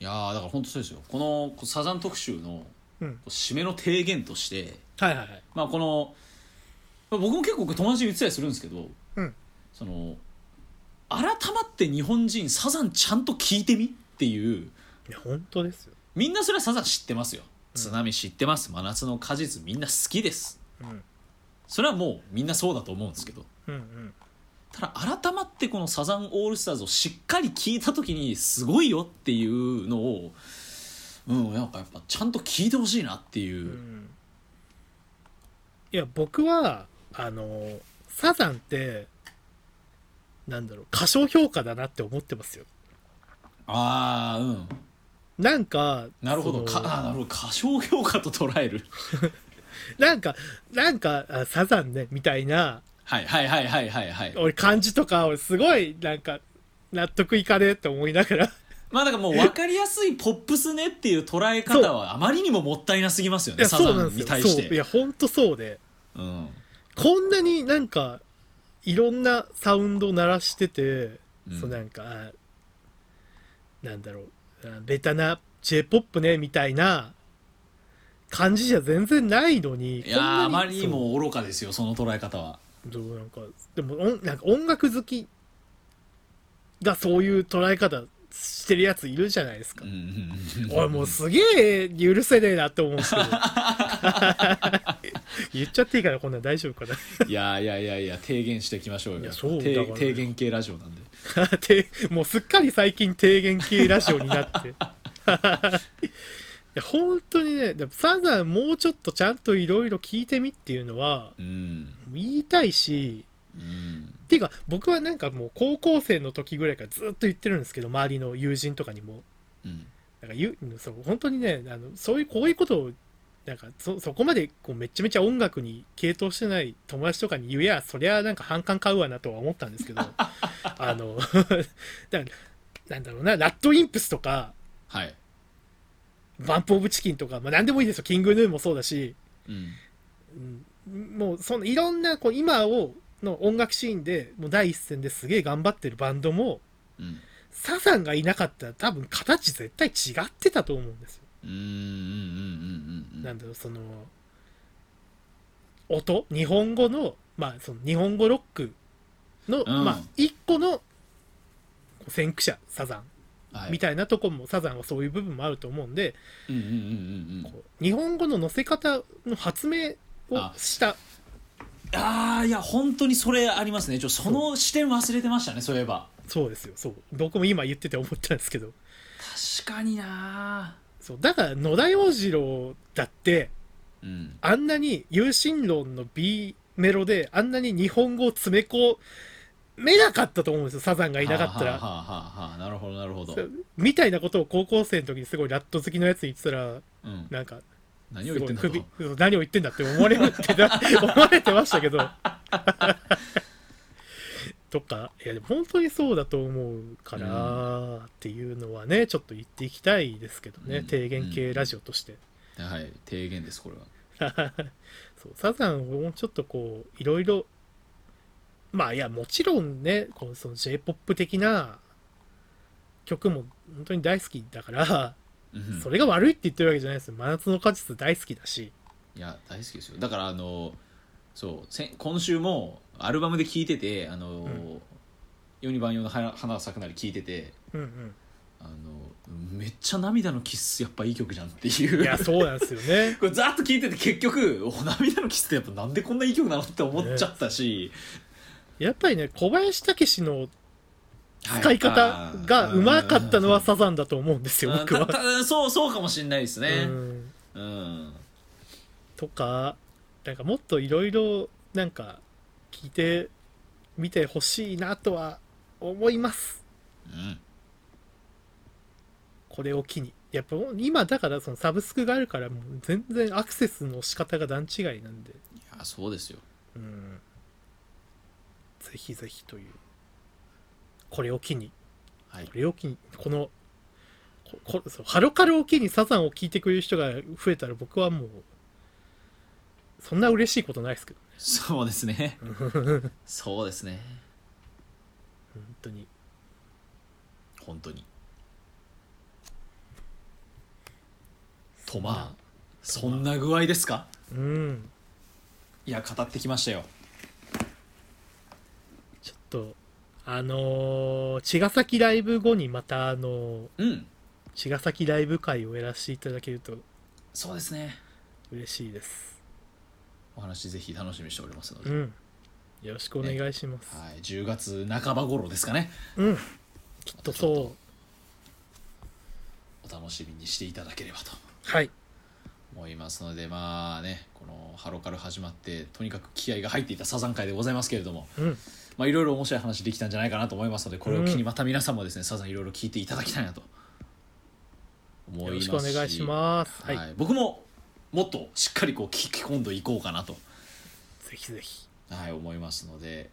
A: いやーだから本当そうですよこのこうサザン特集の
B: うん、
A: 締めの提言として、
B: はいはいはい。
A: まあ、このまあ僕も結構友達に言ってたりするんですけど、
B: うん
A: その改まって日本人サザンちゃんと聞いてみっていう
B: いや本当ですよ。
A: みんなそれはサザン知ってますよ
B: うん
A: 津波知ってます真夏の果実みんな好きです
B: うん
A: それはもうみんなそうだと思うんですけど
B: うんうん。
A: ただ改まってこのサザンオールスターズをしっかり聞いた時にすごいよっていうのをうんなんかやっぱちゃんと聞いてほしいなっていうう、
B: ん、いや僕はあのサザンってなんだろう過小評価だなって思ってますよ。
A: ああうん
B: なんか
A: なるほど
B: そ
A: か
B: の
A: あーなるほど過小評価と捉える
B: なんかなんかあサザンねみたいな
A: はいはいはいはいはいはい
B: 俺漢字とか俺すごいなんか納得いかねえって思いながら
A: まあだからもう分かりやすいポップスねっていう捉え方はあまりにももったいなすぎますよ
B: い
A: ね
B: や
A: サ
B: そうな
A: ザン
B: んで
A: に
B: すよ
A: 対
B: そ
A: し
B: うい
A: て
B: や本当そうで
A: うん
B: こんなになんかいろんなサウンドを鳴らしてて、
A: うん
B: そうなんかあなんだろうあベタな j p o p ねみたいな感じじゃ全然ないのに
A: いやーあ
B: こんな
A: まりにも愚かですよその捉え方は
B: そうどうなんかでも音なんか音楽好きがそういう捉え方してるやついるじゃないですか
A: うん、うんうん
B: 俺もうすげえ許せねえなって思うんですけど 言っちゃっていいからこんなん大丈夫かない
A: やいやいやいや提言していきましょうよ
B: いやそう
A: 提
B: だから
A: 提言系ラジオなんで
B: てもうすっかり最近提言系ラジオになって いや本当にねでもサザンもうちょっとちゃんといろいろ聞いてみっていうのは
A: うん
B: 言いたいし
A: うん
B: っていうか僕はなんかもう高校生の時ぐらいからずっと言ってるんですけど周りの友人とかにも
A: うん
B: なんかゆそう本当にねあのそういうこういうことをなんかそそこまでこうめちゃめちゃ音楽に傾倒してない友達とかに言うやそりゃなんか反感買うわなとは思ったんですけどあの だなんだろうなラッドインプスとか
A: はい
B: バンプ・オブ・チキンとか、まあ、何でもいいですよキング・ヌーもそうだし、
A: うん
B: うん、もうそのいろんなこう今をの音楽シーンでもう第一線ですげえ頑張ってるバンドも
A: うん
B: サザンがいなかったら多分形絶対違ってたと思うんですよ。
A: うんうんうんうんうん
B: なんだろうその音日本語のまあその日本語ロック
A: ん
B: の、まあ一個の先駆者サザン
A: はい
B: みたいなとこも、サザンはそういう部分もあると思うんで、
A: うんうんうんうんうん
B: こう日本語の載せ方の発明をした
A: ああいや本当にそれありますねちょその視点忘れてましたねそういえば
B: そうですよそう僕も今言ってて思ったんですけど
A: 確かにな
B: そうだから野田洋次郎だって
A: うん
B: あんなに有心論の B メロであんなに日本語を詰め込めなかったと思うんですよサザンがいなかったら
A: は。あはあはあはあなるほどなるほど
B: そうみたいなことを高校生の時にすごいラット好きのやつに言ってたら
A: うん
B: なんか
A: 何を
B: す
A: 言っ
B: ご
A: てんだ
B: い
A: ろ
B: 首
A: う
B: そう何を 言ってんだって思われるってな思われてましたけど とかいやでも本当にそうだと思うから、っていうのはねちょっと言っていきたいですけどね、
A: うん
B: 提言系ラジオとして、
A: はい提言ですこれは
B: そうサザンをもうちょっとこういろいろまあいやもちろんねこうその j p o p 的な曲も本当に大好きだから、
A: うん
B: それが悪いって言ってるわけじゃないですよ真夏の果実大好きだし
A: いや大好きですよだからあのそうせ今週もアルバムで聴いててあの、
B: ん
A: 世に万葉の花花が咲くなり聴いてて
B: うん
A: あのめっちゃ涙のキッスやっぱいい曲じゃんって
B: う
A: い
B: ん
A: う
B: いやそうなんですよね
A: これざっと聞いてて結局お涙のキスってやっぱなんでこんないい曲なのって思っちゃったし、
B: やっぱりね小林武史の
A: はい
B: 使い方がうまかったのはサザンだと思うんですよ
A: うん
B: 僕は
A: た。たそうそうかもしれないですね
B: うん
A: うん、
B: とかなんかもっといろいろなんか聞いてみてほしいなとは思います
A: うん
B: これを機にやっぱもう今だからそのサブスクがあるからもう全然アクセスの仕方が段違いなんで
A: いやそうですよ
B: うんぜひぜひというこれを機に
A: はい
B: これを機にこのここそうハロカルを機にサザンを聞いてくれる人が増えたら僕はもうそんな嬉しいことないですけど
A: そうです ねそうですね
B: 本当に
A: 本当にとまあそんな具合ですか
B: うん
A: いや語ってきましたよ
B: ちょっとあのー茅ヶ崎ライブ後にまたあのー
A: うん
B: 茅ヶ崎ライブ会をやらせていただけると
A: そうですね
B: 嬉しいです
A: お話ぜひ楽しみにしておりますので、
B: うんよろしくお願いします、
A: はい、10月半ば頃ですかね
B: うんきっとそ
A: お楽しみにしていただければと
B: うはい
A: 思いますのでまあねこのハロカル始まってとにかく気合が入っていたサザン会でございますけれども
B: うん
A: まあいろいろ面白い話できたんじゃないかなと思いますのでこれを機にまた皆さんもですね、サザンいろいろ聞いていただきたいなと思います
B: よろしくお願いしますは、
A: はいい僕ももっとしっかりこう聞き込んでいこうかなと、
B: ぜひぜひ
A: はい、思いますので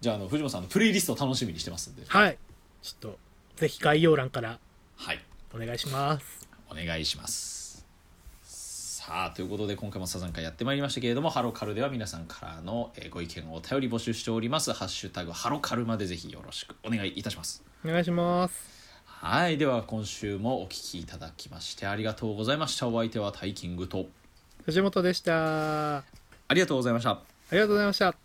A: じゃああの藤本さんのプレイリスト楽しみにしてますんで
B: はいちょっとぜひ概要欄から
A: はい
B: お願いします
A: お願いしますさあということで今回もサザン会やってまいりましたけれどもハロカルでは皆さんからのえーご意見をお便り募集しておりますハッシュタグハロカルまでぜひよろしくお願いいたします
B: お願いします
A: はいでは今週もお聞きいただきましてありがとうございましたお相手はタイキングと
B: 藤本でしたあ
A: ありがとうございました
B: りがとうございました